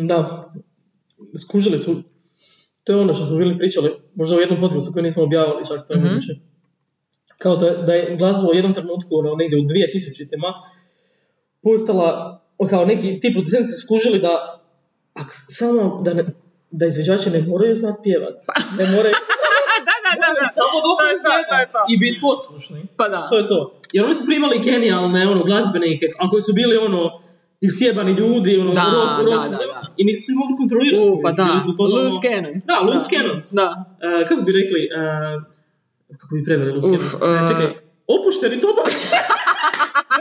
B: Da, skužili su, to je ono što smo bili pričali, možda u jednom podcastu koji nismo objavili čak, to je
A: Mhm.
B: moguće. Kao da, da je glazba u jednom trenutku, ono, negdje u 2000-ima, postala, kao neki ti producenti su skužili da, ak, samo da, ne, da izvođači ne moraju znati pjevat, ne moraju,
A: da, da, da, da.
B: samo dobro
A: To je to, to je to.
B: i biti poslušni.
A: Pa da.
B: To je to. Jer oni su primali genijalne ono, glazbenike, a koji su bili ono, i sjebani ljudi, ono,
A: Da,
B: rock, rock,
A: da, da, da.
B: i nisu se mogli kontrolirati.
A: U, pa da.
B: Bili su totalno-
A: Loose cannon.
B: Da, loose cannons.
A: Da.
B: E, kako bi rekli, e, kako bi preveli loose
A: Uf,
B: cannons? E,
A: e,
B: čekaj, opušteni to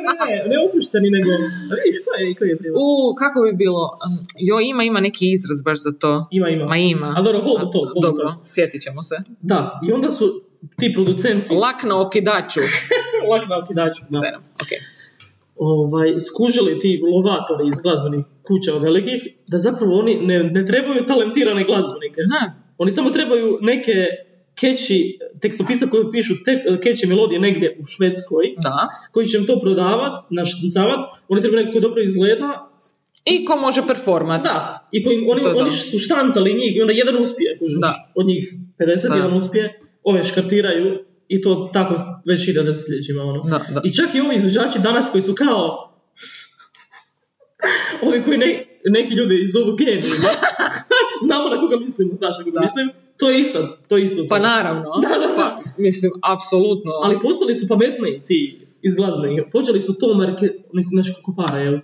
B: ne, ne, ne opušteni, nego, a vidiš, ko je, ko je preveli?
A: U, kako bi bilo? Um, Jo, ima, ima neki izraz baš za to.
B: Ima, ima.
A: Ma ima.
B: A dobro, hold to, hold
A: Dobro,
B: to.
A: sjetit ćemo se.
B: Da, i onda su ti producenti,
A: Lak na okidaču.
B: lak na okidaču, da.
A: Sedam, okej.
B: ovaj, skužili ti lovatori iz glazbenih kuća velikih, da zapravo oni ne, ne trebaju talentirane glazbenike.
A: Ne,
B: Oni samo trebaju neke keći tekstopisa koji pišu te, keći melodije negdje u Švedskoj,
A: da.
B: koji će im to prodavat, naštincavat, oni trebaju neko ko dobro izgleda,
A: I ko može performat.
B: da, i koji, oni,
A: To je to.
B: oni su štancali njih i onda jedan uspije, kužiš,
A: Da.
B: od njih 50,
A: Da.
B: jedan uspije, ove škartiraju i to tako već ide desetljećima, ono.
A: Da, da.
B: I čak i ovi izvođači danas koji su kao ovi koji ne, neki ljudi iz ovog genijima, znamo na koga mislimo, znaš na koga
A: Da.
B: mislim, to je isto, to je isto. to.
A: Pa naravno.
B: Da, da,
A: Pa, mislim, apsolutno.
B: Ali postali su pametniji ti iz glazbe, počeli su to marke, mislim, znaš kako para, jel?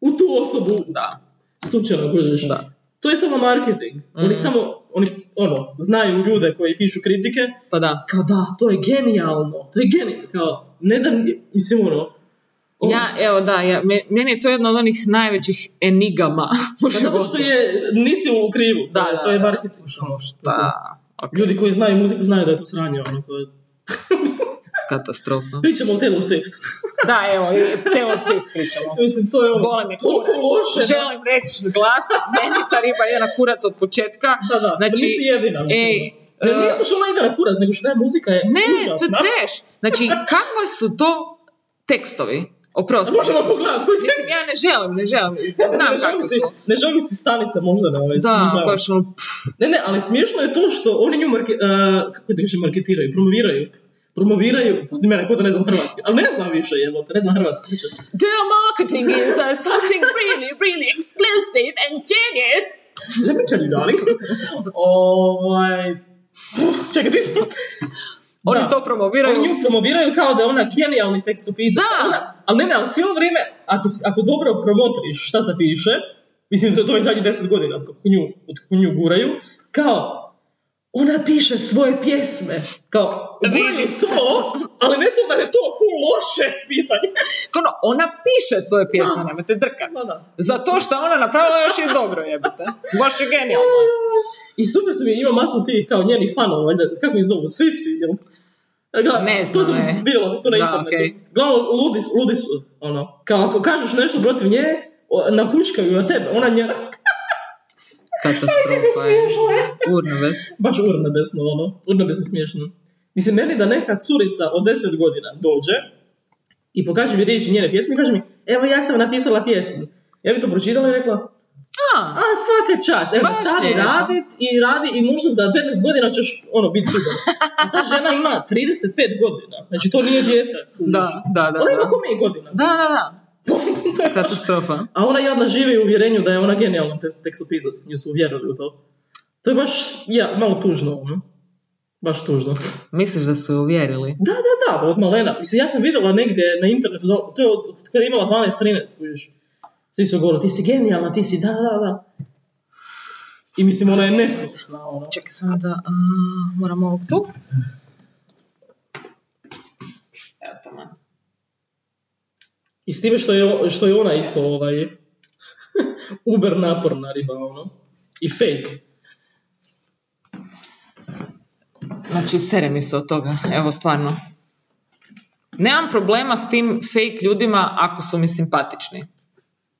B: U tu osobu
A: Da,
B: stučeno, kužiš.
A: da.
B: To je samo marketing. Oni
A: Mhm.
B: samo, oni, ono, znaju ljude koji pišu kritike,
A: Pa da.
B: kao da, to je genijalno, to je genijalno, kao, ne da, mislim, ono, ono,
A: Ja, evo da, ja, me- meni je to jedna od onih najvećih enigama u
B: Pa zato što
A: životu.
B: je, nisi u krivu,
A: Da,
B: to je-
A: da,
B: to je
A: da.
B: marketing. ono, mislim,
A: Da,
B: Ljudi koji znaju muziku znaju da je to sranje, ono, to je...
A: katastrofa.
B: Pričamo o Taylor Swift.
A: Da, evo, Taylor Swift pričamo.
B: Mislim, to je ono,
A: Golemi
B: toliko loše. da-
A: Želim reći glas, meni ta riba je na kurac od početka.
B: Da, da, znači,
A: Znači,
B: nisi jedina, mislim.
A: ej,
B: ono. ne,
A: e,
B: nije to što ona ide na kurac, nego što je muzika je
A: Ne, to je
B: užasna.
A: trash. Znači, kakva su to tekstovi?
B: A
A: Oprosti.
B: možemo pogledati koji tekst?
A: Mislim, ja ne želim, ne želim. Znam
B: Ne želim
A: kako
B: si-
A: su.
B: Ne želim si stanice možda na ovaj
A: Da,
B: snižavam.
A: baš ono, pff,
B: Ne, ne, ali smiješno je to što oni nju marke, uh, kako da kažem, marketiraju, promoviraju. Promoviraju, pa ja rekao da ne znam hrvatski, ali ne znam više jebote, ne znam hrvatski. pričam.
A: Their marketing is uh, something really, really exclusive and genius.
B: Že pričali, darling? ovaj... Pff, Čekaj, ti smo...
A: Oni
B: Da.
A: to promoviraju.
B: Oni nju promoviraju kao da je ona genijalni tekstopisac.
A: Da.
B: Ona, ali ne, ne, ali cijelo vrijeme, ako, s- ako dobro promotriš šta se piše, mislim, to, to je zadnjih deset godina od kako nju, od kako nju guraju, kao, ona piše svoje pjesme. Kao, guraju
A: Vidi.
B: to, ali ne to da je to full loše pisanje.
A: Ono, ona piše svoje pjesme,
B: Da.
A: nemojte drkati.
B: Da, da.
A: Zato što ona napravila još i dobro jebate. Baš je genijalno.
B: I super su mi, ima masu tih kao njenih fanova, valjda, kako ih zovu, Swifties, jel? Gla-
A: Ne
B: to
A: znam,
B: sam
A: ne.
B: vidjela to
A: Da,
B: na internetu.
A: okej.
B: Glavno, ludi, su- ludi su, ono, kao ako kažeš nešto protiv nje, o- nahučkaju na tebe, ona nje,
A: Katastrofa
B: smiješno je.
A: Urnoves.
B: baš urnebesno, ono, urnebesno smiješno. Mislim, meni da neka curica od 10 godina dođe i pokaže mi riječi njene pjesme i kaže mi, evo ja sam napisala pjesmu. Ja bi to pročitala i rekla,
A: A,
B: A, svaka čast. Evo,
A: Baš
B: stari
A: lijepo.
B: radit i radi i možda za 15 godina ćeš ono biti super. A ta žena ima 35 godina. Znači, to nije dijete. kužiš.
A: da, da, da.
B: Ona ima
A: Da,
B: ko mi godina.
A: da, da. da. Katastrofa.
B: A ona jadna živi u uvjerenju da je ona genijalna tes- tekstopisac. Nju su uvjerili u to. To je baš ja, malo tužno. ono. Baš tužno.
A: Misliš da su je uvjerili?
B: Da, da, da, od malena. Mislim, ja sam vidjela negdje na internetu, da- to je od, od kada je imala 12-13, kužiš. Svi su govorili, ti si genijalna, ti si da, da, da. I mislim, ona je neslušna, ono.
A: Čekaj samo da a, moram ovog tu. Evo tamo.
B: I s time što je, što je ona isto ovaj, uber naporna riba, ono. I fake.
A: Znači, sere mi se od toga, evo stvarno. Nemam problema s tim fake ljudima ako su mi simpatični.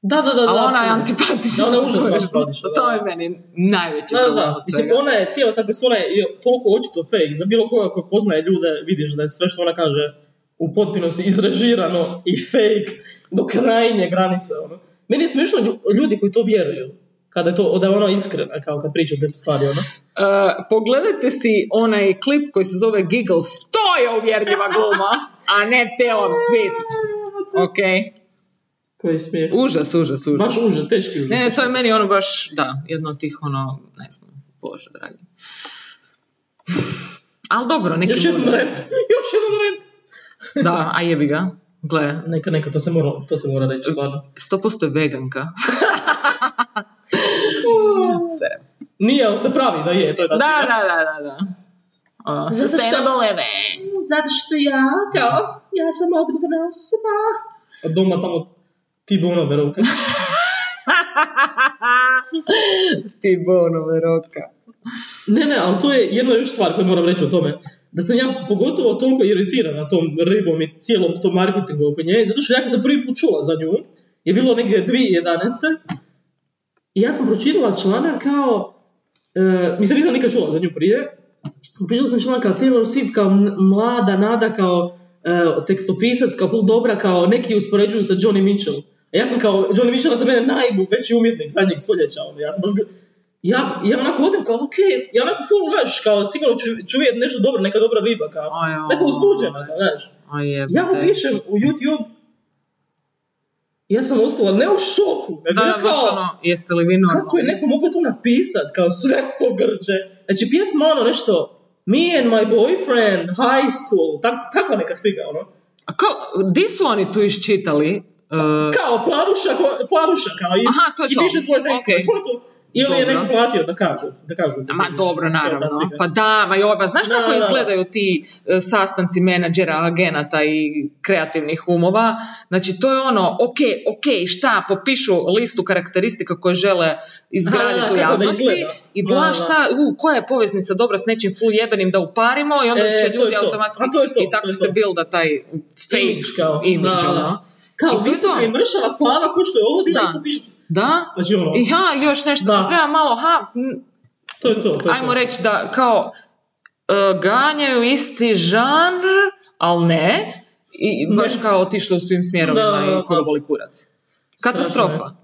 B: Da, da, da.
A: Ali
B: da,
A: ona je
B: apsolutno.
A: antipatična.
B: Da, ona je užasno antipatična,
A: To
B: da.
A: je meni najveći
B: Da, da,
A: problem
B: da.
A: od
B: Mislim,
A: svega.
B: ona je cijela ta persona je je toliko očito fake. Za bilo koga koji poznaje ljude, vidiš da je sve što ona kaže u potpunosti izrežirano i fake do krajnje granice, ono. Meni je smiješno lju- ljudi koji to vjeruju. kada je to, da je ono iskrena, kao kad priča te stvari, ono.
A: E, pogledajte si onaj klip koji se zove Giggles. To je uvjerljiva gluma, a ne Taylor Swift. Ok.
B: Koji smijeh.
A: Užas, užas, užas.
B: Baš užas, teški užas.
A: Ne, ne, to je meni ono baš, da, jedno od tih ono, ne znam, bože dragi. Ali dobro, neki
B: Još jedan
A: ljudi-
B: rent. Još jedan rent.
A: Da, a jebi ga. Gle,
B: Neka, neka, to se mora, to se mora reći, stvarno.
A: 100% veganka. Serem.
B: Nije, ali se pravi da je, to je
A: Da,
B: ta
A: da, da, da, da. O,
B: što-
A: sustainable living.
B: Zato što ja, kao, ja sam odgovorna osoba. A doma tamo ti ono bonove ruke.
A: Ti bonove roka.
B: Ne, ne, ali to je jedna još stvar koju moram reći o tome. Da sam ja pogotovo toliko iritirana tom ribom i cijelom tom marketingu oko nje, zato što ja kad sam prvi put čula za nju, je bilo negdje 2011. I ja sam pročitala članak kao, e, mislim nisam nikad čula za nju prije, Pišla sam članak kao Taylor Swift, kao m- mlada nada, kao e, tekstopisac, kao full dobra, kao neki uspoređuju sa Johnny Mitchell. A ja sam kao, Johnny Mitchell je za mene najveći umjetnik zadnjeg stoljeća, ono, ja sam baš bi- ja, ja onako odem kao, okej, ja onako full, znaš, kao sigurno ću, ću vidjeti nešto dobro, neka dobra riba, kao,
A: Ajoj.
B: neka uzbuđena, kao, znaš.
A: O jebate.
B: Ja upišem u YouTube, ja sam ostala ne u šoku, nego
A: Da,
B: ja
A: da, baš
B: kao,
A: ono, jeste li vi normalni?
B: kako je neko mogao to napisat, kao sve to grđe. Znači, pjesma ono nešto, me and my boyfriend, high school, tak, takva neka slika, ono.
A: A kao, di su oni tu iščitali? Uh,
B: Kao plavuša, ko- plavuša, kao i,
A: Aha, to je
B: i
A: to.
B: piše svoje tekste.
A: Okej.
B: To je to. Ili je
A: Dobro.
B: neko platio da kažu, da kažu.
A: Ma dobro,
B: To je ta
A: naravno.
B: slika.
A: Pa da, ma joj, pa znaš
B: Da,
A: kako
B: da, da.
A: izgledaju ti e, sastanci menadžera, agenata i kreativnih umova? Znači, to je ono, ok, ok, šta, popišu listu karakteristika koje žele
B: Aha,
A: izgraditi u
B: kako da
A: javnosti
B: izgleda.
A: i
B: Da,
A: bla
B: da.
A: šta, u, koja je poveznica dobra s nečim full jebenim da uparimo i onda
B: E,
A: će
B: to je
A: ljudi
B: to.
A: automatski
B: A to je to,
A: i
B: to
A: tako
B: je
A: se
B: to.
A: builda taj fake
B: Image kao,
A: image,
B: da, da.
A: ono.
B: Kao,
A: I to je
B: visoka
A: to.
B: i mršava plava, ko što je ovo,
A: Da.
B: da. isto piše,
A: Da?
B: znači ono,
A: I ha, još nešto,
B: Da.
A: to treba malo, ha, m,
B: to je to. to je
A: ajmo
B: to.
A: reći da kao e, ganjaju isti žanr, ali ne, i baš kao otišli u svim smjerovima
B: Da, da, da.
A: i koga boli kurac. Katastrofa.
B: Strašno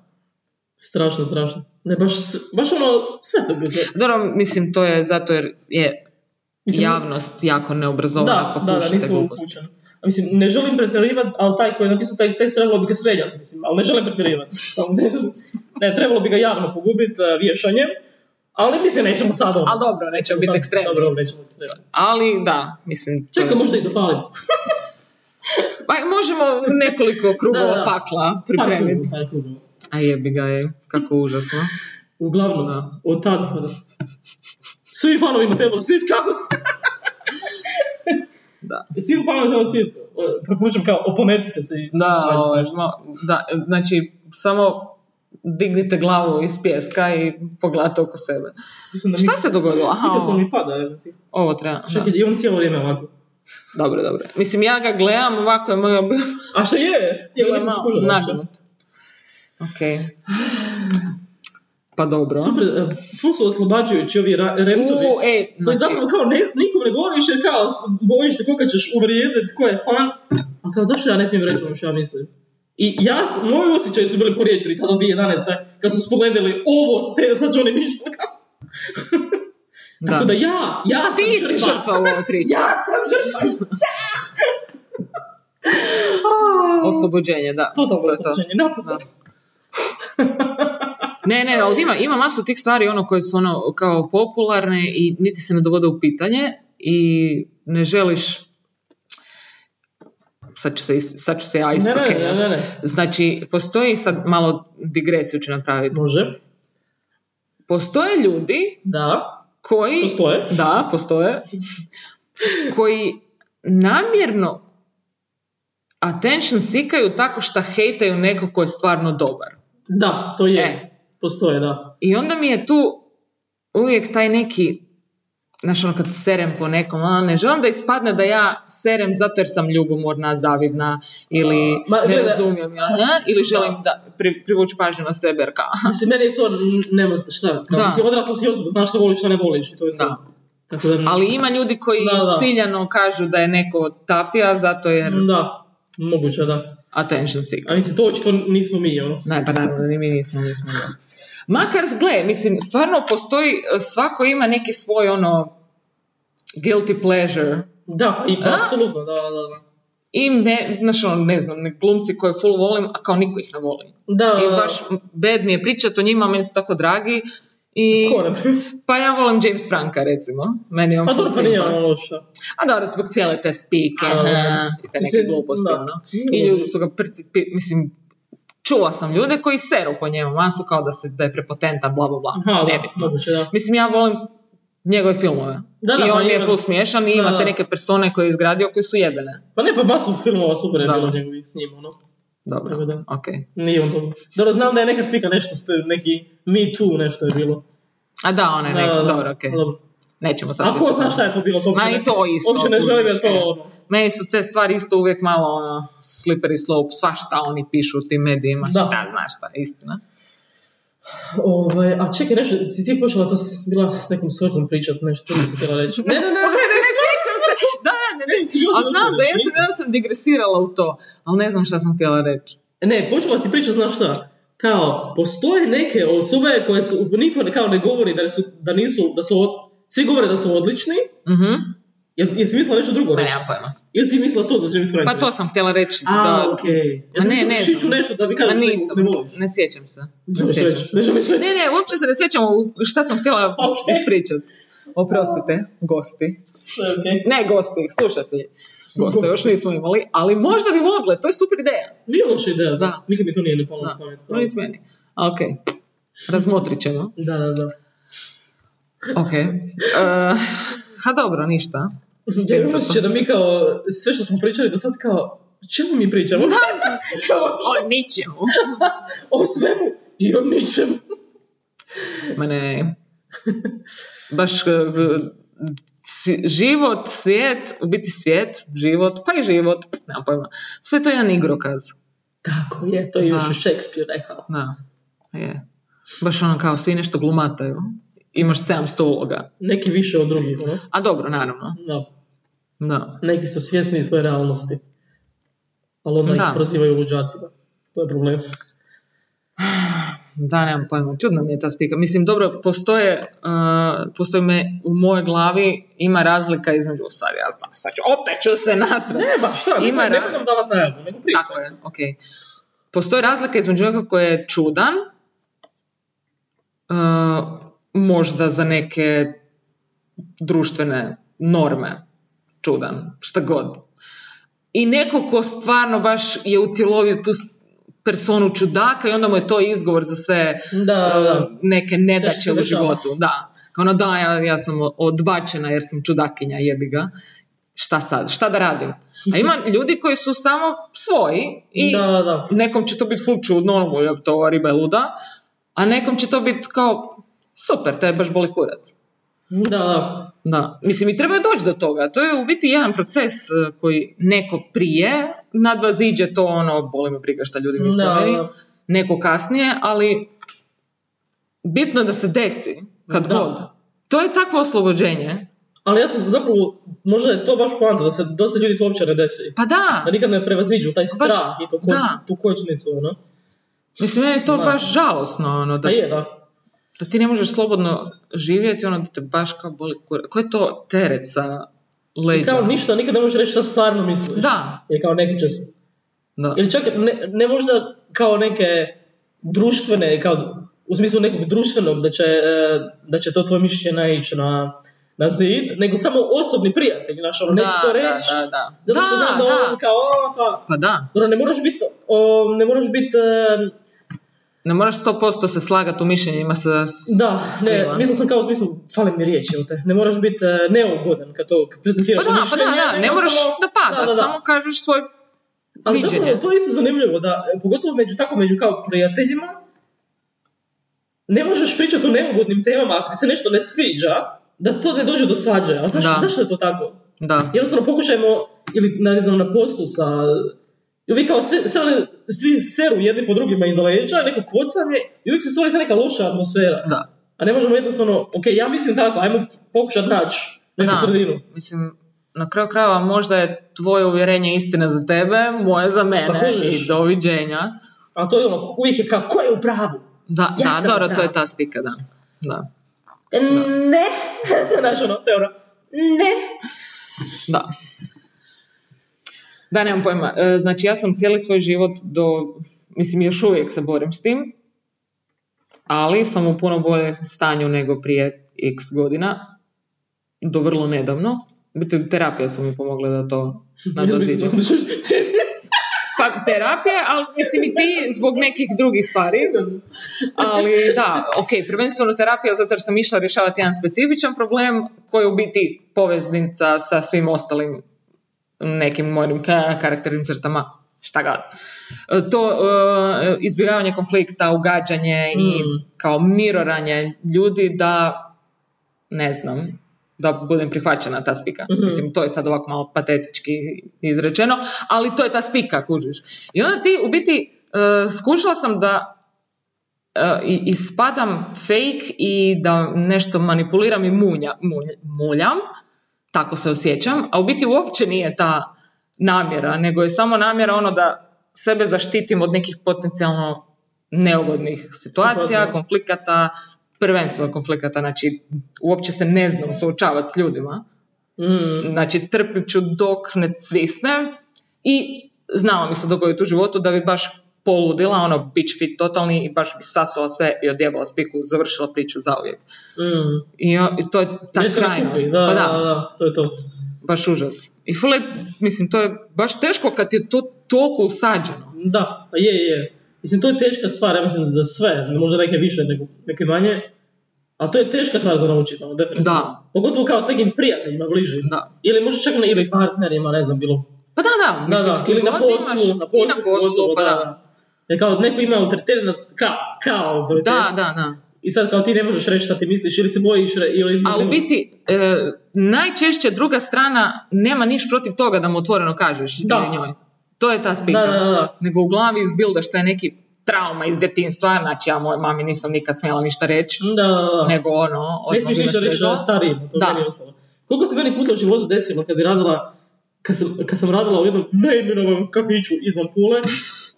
B: Strašno, strašno. Ne, baš, s- baš ono, sve to je bilo.
A: Dobro, mislim, to je zato jer je
B: Mislim,
A: javnost jako neobrazovana, pa
B: da, da,
A: pušite
B: nisu
A: gluposti.
B: upućeni. Mislim, ne želim pretjerivati, ali taj koji je napisao taj tekst trebalo bi ga sreljati, mislim, ali ne želim pretjerivati. Samo ne znam. Ne, trebalo bi ga javno pogubiti uh, vješanjem, ali mislim, nećemo sad ono.
A: Ali dobro, nećemo biti
B: Sad-
A: ekstremni.
B: Dobro, nećemo ekstremni.
A: Ali da, mislim... to je-
B: Čekaj, možda i zapaliti.
A: Pa, možemo nekoliko krugova
B: Da, da.
A: pakla
B: Par
A: pripremiti.
B: krugova, par krugova.
A: A jebi ga je, kako užasno.
B: Uglavnom,
A: Da.
B: od tad, pa svi fanovi na Taylor Swift, kako ste?
A: Da.
B: Svi fanovi na Taylor Swift, uh, preporučam kao, opomenite se. i- Znači,
A: Da, ovaj, no, da, znači, samo dignite glavu iz pjeska i pogledajte oko sebe.
B: Mislim da mi-
A: Šta se dogodilo? Aha,
B: Mikrofon
A: ovo,
B: mi pada, evo ti.
A: ovo treba. da.
B: Čekaj, i on cijelo vrijeme ovako.
A: Dobro, dobro. Mislim, ja ga gledam, ovako je moja bila
B: A što je? Ja nisam skužila. uopće.
A: nagnut. Ok. Pa dobro.
B: Super, e, ful su oslobađajući ovi ra- rentovi.
A: U, ej,
B: koji
A: znači,
B: zapravo kao ne, nikom ne govoriš jer kao s- bojiš se koga ćeš uvrijediti, ko je fan. A kao zašto ja ne smijem reći ono što ja mislim? I ja, s- moji osjećaji su bili poriječeni tada 2011. Kad su spogledali ovo te, sa Johnny Mitchell.
A: da.
B: Tako da ja, ja sam
A: Ti si žrtva u ovoj priči.
B: Ja sam žrtva. ja!
A: Oslobođenje, da.
B: Totalno
A: To je to.
B: oslobođenje, napokon.
A: Da. Ne, ne, ali ima, ima masu tih stvari ono koje su ono kao popularne i niti se ne dovode u pitanje i ne želiš sad ću se, is- sad ću se ja
B: Ne, ne, ne,
A: isprokenjati.
B: ne, ne.
A: Znači, postoji sad malo digresiju ću napraviti.
B: Može.
A: Postoje ljudi
B: Da.
A: koji...
B: Postoje.
A: Da, postoje. koji namjerno attention sikaju tako što hejtaju nekog ko je stvarno dobar.
B: Da, to je.
A: E.
B: Postoje, da.
A: I onda mi je tu uvijek taj neki, znaš ono kad serem po nekom, a ne želim da ispadne da ja serem zato jer sam ljubomorna, zavidna ili
B: Ma,
A: ne
B: gledaj.
A: razumijem, ja, a? ili želim da pri, privući pažnju na sebe jer kao,
B: Mislim, meni je to n- nema šta. Kao,
A: Da.
B: Mislim, odrasla si osoba, znaš šta voliš, šta ne voliš. i To je to.
A: Da.
B: Tako da,
A: ali ima ljudi koji
B: Mm. Da, da. Mm.
A: ciljano kažu da je neko tapija zato jer
B: da, moguće, da.
A: attention seeker.
B: A mislim, to očito nismo mi, ono.
A: Ne, pa naravno, ni mi nismo, nismo. da. Makar, gle, mislim, stvarno postoji, eh, svako ima neki svoj ono guilty pleasure.
B: Da, pa i
A: A?
B: apsolutno, da, da, da.
A: I ne, znaš, ono, ne znam, ne glumci koje full volim, a kao niko ih ne voli.
B: Da,
A: I baš bed mi je pričat o njima, meni su tako dragi. I,
B: Ko, na primjer?
A: pa ja volim James Franka, recimo. Meni je on
B: Pa
A: full
B: dobro, pa nije
A: simpa.
B: ono loša.
A: A dobro, zbog cijele te spike
B: A,
A: aha, i te neke
B: mislim,
A: gluposti,
B: da.
A: ono. I ljudi su ga prci, pi- mislim, čula sam ljude koji seru po njemu, van su kao da, se, da je prepotentan, bla, bla, bla.
B: Aha, da,
A: Nebitno.
B: moguće, da.
A: Mislim, ja volim njegove filmove.
B: Da, da,
A: I
B: pa
A: on mi je
B: ima-
A: full smiješan i
B: Da,
A: ima te
B: da.
A: neke persone koje je izgradio koji su jebene.
B: Pa ne, pa masu filmova super je
A: Da.
B: bilo njegovih s njim, ono.
A: Dobro,
B: Tako da.
A: ok.
B: Nije on dobro. Dobro, znam da je neka spika nešto, ste- neki Me Too nešto je bilo.
A: A da, one
B: Da,
A: neki,
B: da, da.
A: E, dobro, ok.
B: Dobro.
A: Nećemo sad.
B: A ko
A: pričati.
B: zna šta je to bilo? To uopće
A: Ma
B: ne-
A: i to isto.
B: Uopće ne
A: kužiš,
B: želim da
A: e.
B: to ono.
A: Meni su te stvari isto uvijek malo ono, slippery slope, svašta oni pišu u tim medijima,
B: Da.
A: šta znaš šta, istina.
B: Ovaj, a čekaj, nešto, si ti počela to s- bila s nekom svrhom pričat, nešto što si htjela reći.
A: Ne, ne, ne, ne, ne, ne, sjećam se. Da, da, ne, ne. A znam da, ja sam, ja sam digresirala u to, ali ne znam šta sam htjela reći.
B: Ne, počela si pričat, znaš šta? Kao, postoje neke osobe koje su, niko ne, kao ne govori da, su, da nisu, da su, od- svi govore da su odlični,
A: Mhm,
B: jel, jel si mislila nešto drugo
A: pa
B: reći?
A: nema pojma.
B: Ili si mislila to za James Franco?
A: Pa to sam htjela reći.
B: A,
A: da,
B: okej. Ja
A: Ma ne,
B: sam mislila
A: ne
B: da šiću
A: znam.
B: nešto da bi
A: Ma
B: kažeš nekog
A: nisam,
B: ne voliš.
A: ne sjećam se. Ne
B: Ne
A: sjećam se.
B: želiš reći.
A: Ne, ne, uopće se ne sjećam u- šta sam htjela
B: Ok.
A: ispričat. Oprostite, gosti.
B: Okej.
A: Ne gosti, slušatelji. Goste
B: Goste.
A: još nismo imali, ali možda bi mogle, to je super ideja.
B: Nije loša ideja,
A: Da.
B: da. Nikad mi to nije ne palo na
A: Da,
B: pamet.
A: no niti meni. A, Ok, razmotrit ćemo.
B: Da, da, da.
A: Ok. E, ha dobro, ništa. S tim
B: Ja
A: sam
B: osjećaj da mi kao, sve što smo pričali do sad kao, o čemu mi pričamo? Kao,
A: O ničemu.
B: o svemu i o ničemu.
A: Mene, baš e, svi- život, svijet, u biti svijet, život, pa i život, nemam pojma. Sve to je jedan igrokaz.
B: Tako je, to je još
A: Da.
B: i Shakespeare rekao.
A: Da, je. Baš ono kao svi nešto glumataju. Imaš 700 uloga.
B: Neki više od drugih, ono.
A: A dobro, naravno.
B: Da.
A: Da.
B: Neki su svjesni svoje realnosti. Ali onda ih
A: Da.
B: prozivaju luđacima. To je problem.
A: Da, nemam pojma. Čudna mi je ta spika. Mislim, dobro, postoje, uh, postoje me, u mojoj glavi ima razlika između, sad ja znam, sad ću, opet ću se nasrati.
B: Ne, baš šta,
A: Ima
B: nemoj, nemoj
A: ra-
B: nam davat najavu, nego pričaj.
A: Tako je, ok. Postoji razlika između nekoga koji je čudan, uh, možda za neke društvene norme čudan, šta god. I neko ko stvarno baš je utjelovio tu s- personu čudaka i onda mu je to izgovor za sve
B: Da, da, da.
A: uh, neke nedaće
B: što
A: u
B: se dešava.
A: životu. Da. Kao ono, da, ja, ja sam odbačena jer sam čudakinja, jebi ga. Šta sad? Šta da radim? A ima ljudi koji su samo svoji i
B: Da, da, da.
A: nekom će to biti ful čudno, ono, "Ujeb, to riba je luda, a nekom će to biti kao, super, te baš boli kurac.
B: Da, da.
A: Da. Mislim, i treba je doći do toga. To je u biti jedan proces eh, koji neko prije nadvaziđe to ono, boli me briga šta ljudi misle o
B: Da.
A: meni, neko kasnije, ali bitno je da se desi kad
B: Da.
A: god. To je takvo oslobođenje.
B: Ali ja sam zapravo, možda je to baš poanta, da se dosta ljudi to uopće ne desi.
A: Pa da,
B: Da nikad ne prevaziđu taj strah i to ko,
A: da.
B: tu kočnicu, ono.
A: mislim, meni je to
B: Da.
A: baš žalosno, ono,
B: Da
A: da,
B: je, da.
A: da ti ne možeš slobodno živjeti, ono, da te baš kao boli kurac. Koji je to teret sa
B: I
A: leđa?
B: kao ništa, nikad ne možeš reći šta stvarno misliš.
A: Da,
B: Jer kao neko će se-
A: da.
B: Ili čak ne, ne možda kao neke društvene, kao u smislu nekog društvenog da će, e, da će to tvoje mišljenje naići na, na zid, nego samo osobni prijatelj, znaš, ono, neću
A: Da,
B: to
A: da,
B: reći,
A: da, da.
B: zato što
A: Da,
B: znam da,
A: da.
B: on kao, a, pa,
A: Pa da.
B: dobro, ne moraš biti, ne moraš e, biti,
A: Ne moraš 100% se slagati u mišljenjima sa
B: da, ne,
A: svima.
B: mislila sam kao u smislu, fale mi riječ, jel te, ne moraš biti e, neugodan kad to kad
A: Pa
B: prezentiraš
A: da, pa da,
B: mišljenje,
A: da, ne
B: nego
A: moraš
B: samo-
A: da padat,
B: da, da, da.
A: samo kažeš svoj
B: Ali
A: viđenje.
B: zapravo to je isto zanimljivo, da e, pogotovo među, tako među kao prijateljima, ne možeš pričati o neugodnim temama ako ti se nešto ne sviđa, da to ne dođe do svađe. Ali zašto,
A: Da.
B: zašto je to tako?
A: Da,
B: Jednostavno pokušajmo, ili na, ne znam, na poslu sa... I uvijek kao sve, sve one- svi seru jedni po drugima iza leđa, neko kocanje i uvijek se stvori ta neka loša atmosfera.
A: da.
B: A ne možemo jednostavno, ok, ja mislim tako, ajmo pokušati naći neku
A: Da.
B: sredinu.
A: Mislim, na kraju krajeva možda je tvoje uvjerenje istina za tebe, moje za mene
B: Pa kužiš.
A: i doviđenja.
B: A to je ono, uvijek je kao, ko je u pravu?
A: Da,
B: Ja
A: da,
B: sam
A: dobro,
B: u
A: to je
B: pravu.
A: ta spika, da. Da,
B: Ne. Znaš ono, to je ono, ne.
A: da. Da, nemam pojma. E, Znači, ja sam cijeli svoj život do... Mislim, još uvijek se borim s tim, ali sam u puno boljem stanju nego prije x godina, do vrlo nedavno. Biti terapija su mi pomogla da to nadoziđem. Pa terapija, ali mislim i ti zbog nekih drugih stvari. Ali da, ok, prvenstveno terapija zato jer sam išla rješavati jedan specifičan problem koji je u biti poveznica sa svim ostalim nekim mojim ka- karakternim crtama, šta god. E, To e, izbjegavanje konflikta, ugađanje i kao miroranje ljudi da, ne znam, da budem prihvaćena ta spika. Mislim, to je sad ovako malo patetički izrečeno, ali to je ta spika, kužiš. I onda ti, u biti, e, skušala sam da e, i- ispadam fake i da nešto manipuliram i munja, munj- muljam, tako se osjećam, a u biti uopće nije ta namjera, nego je samo namjera ono da sebe zaštitim od nekih potencijalno neugodnih situacija,
B: Situacija.
A: konflikata, prvenstveno konflikata, znači uopće se ne znam suočavati s ljudima.
B: Mm.
A: Znači, trpit ću dok ne svisnem i znalo mi se dogoditi u životu da bi baš poludila, ono, bitch fit totalni i baš bi sasula sve i odjebala spiku, završila priču zauvijek.
B: Mm.
A: I o- i to je ta
B: Jer se ne
A: krajnost.
B: kupi, Da,
A: pa
B: da, da, to je to.
A: baš užas. I fule, mislim, to je baš teško kad je to toliko usađeno.
B: Da, pa je, je. Mislim, to je teška stvar, ja mislim, za sve. Možda neke više, nego neke manje. A to je teška stvar za naučiti, ono, definitivno.
A: Da.
B: Pogotovo kao s nekim prijateljima bližim.
A: Da.
B: Ili možda čak ne, ili partnerima, ne znam, bilo
A: Pa da, da,
B: Da,
A: mislim,
B: da,
A: s kim
B: ili na
A: god
B: poslu,
A: imaš,
B: na
A: i
B: poslu,
A: na poslu,
B: pogotovo,
A: pa
B: da.
A: da.
B: da. Jer kao neko ima autoritet nad, kao, kao autoritet.
A: Da, da, da.
B: I sad kao ti ne možeš reći šta ti misliš ili se bojiš re- ili...
A: A u biti, e, najčešće druga strana nema niš protiv toga da mu otvoreno kažeš
B: Da.
A: ili njoj. To je ta spika.
B: Da, da, da, da.
A: Nego u glavi izbildaš taj neki trauma iz djetinstva, znači ja mojoj mami nisam nikad smjela ništa reći,
B: Da, da, da.
A: nego ono,
B: Ne
A: odmah
B: smiješ
A: bi me
B: ništa reći
A: srezala.
B: da starijima, to
A: Da.
B: da. meni je ostalo. Koliko se meni puta u životu desilo kad je radila, kad sam, kad sam radila u jednom neimenovanom kafiću izvan Pule,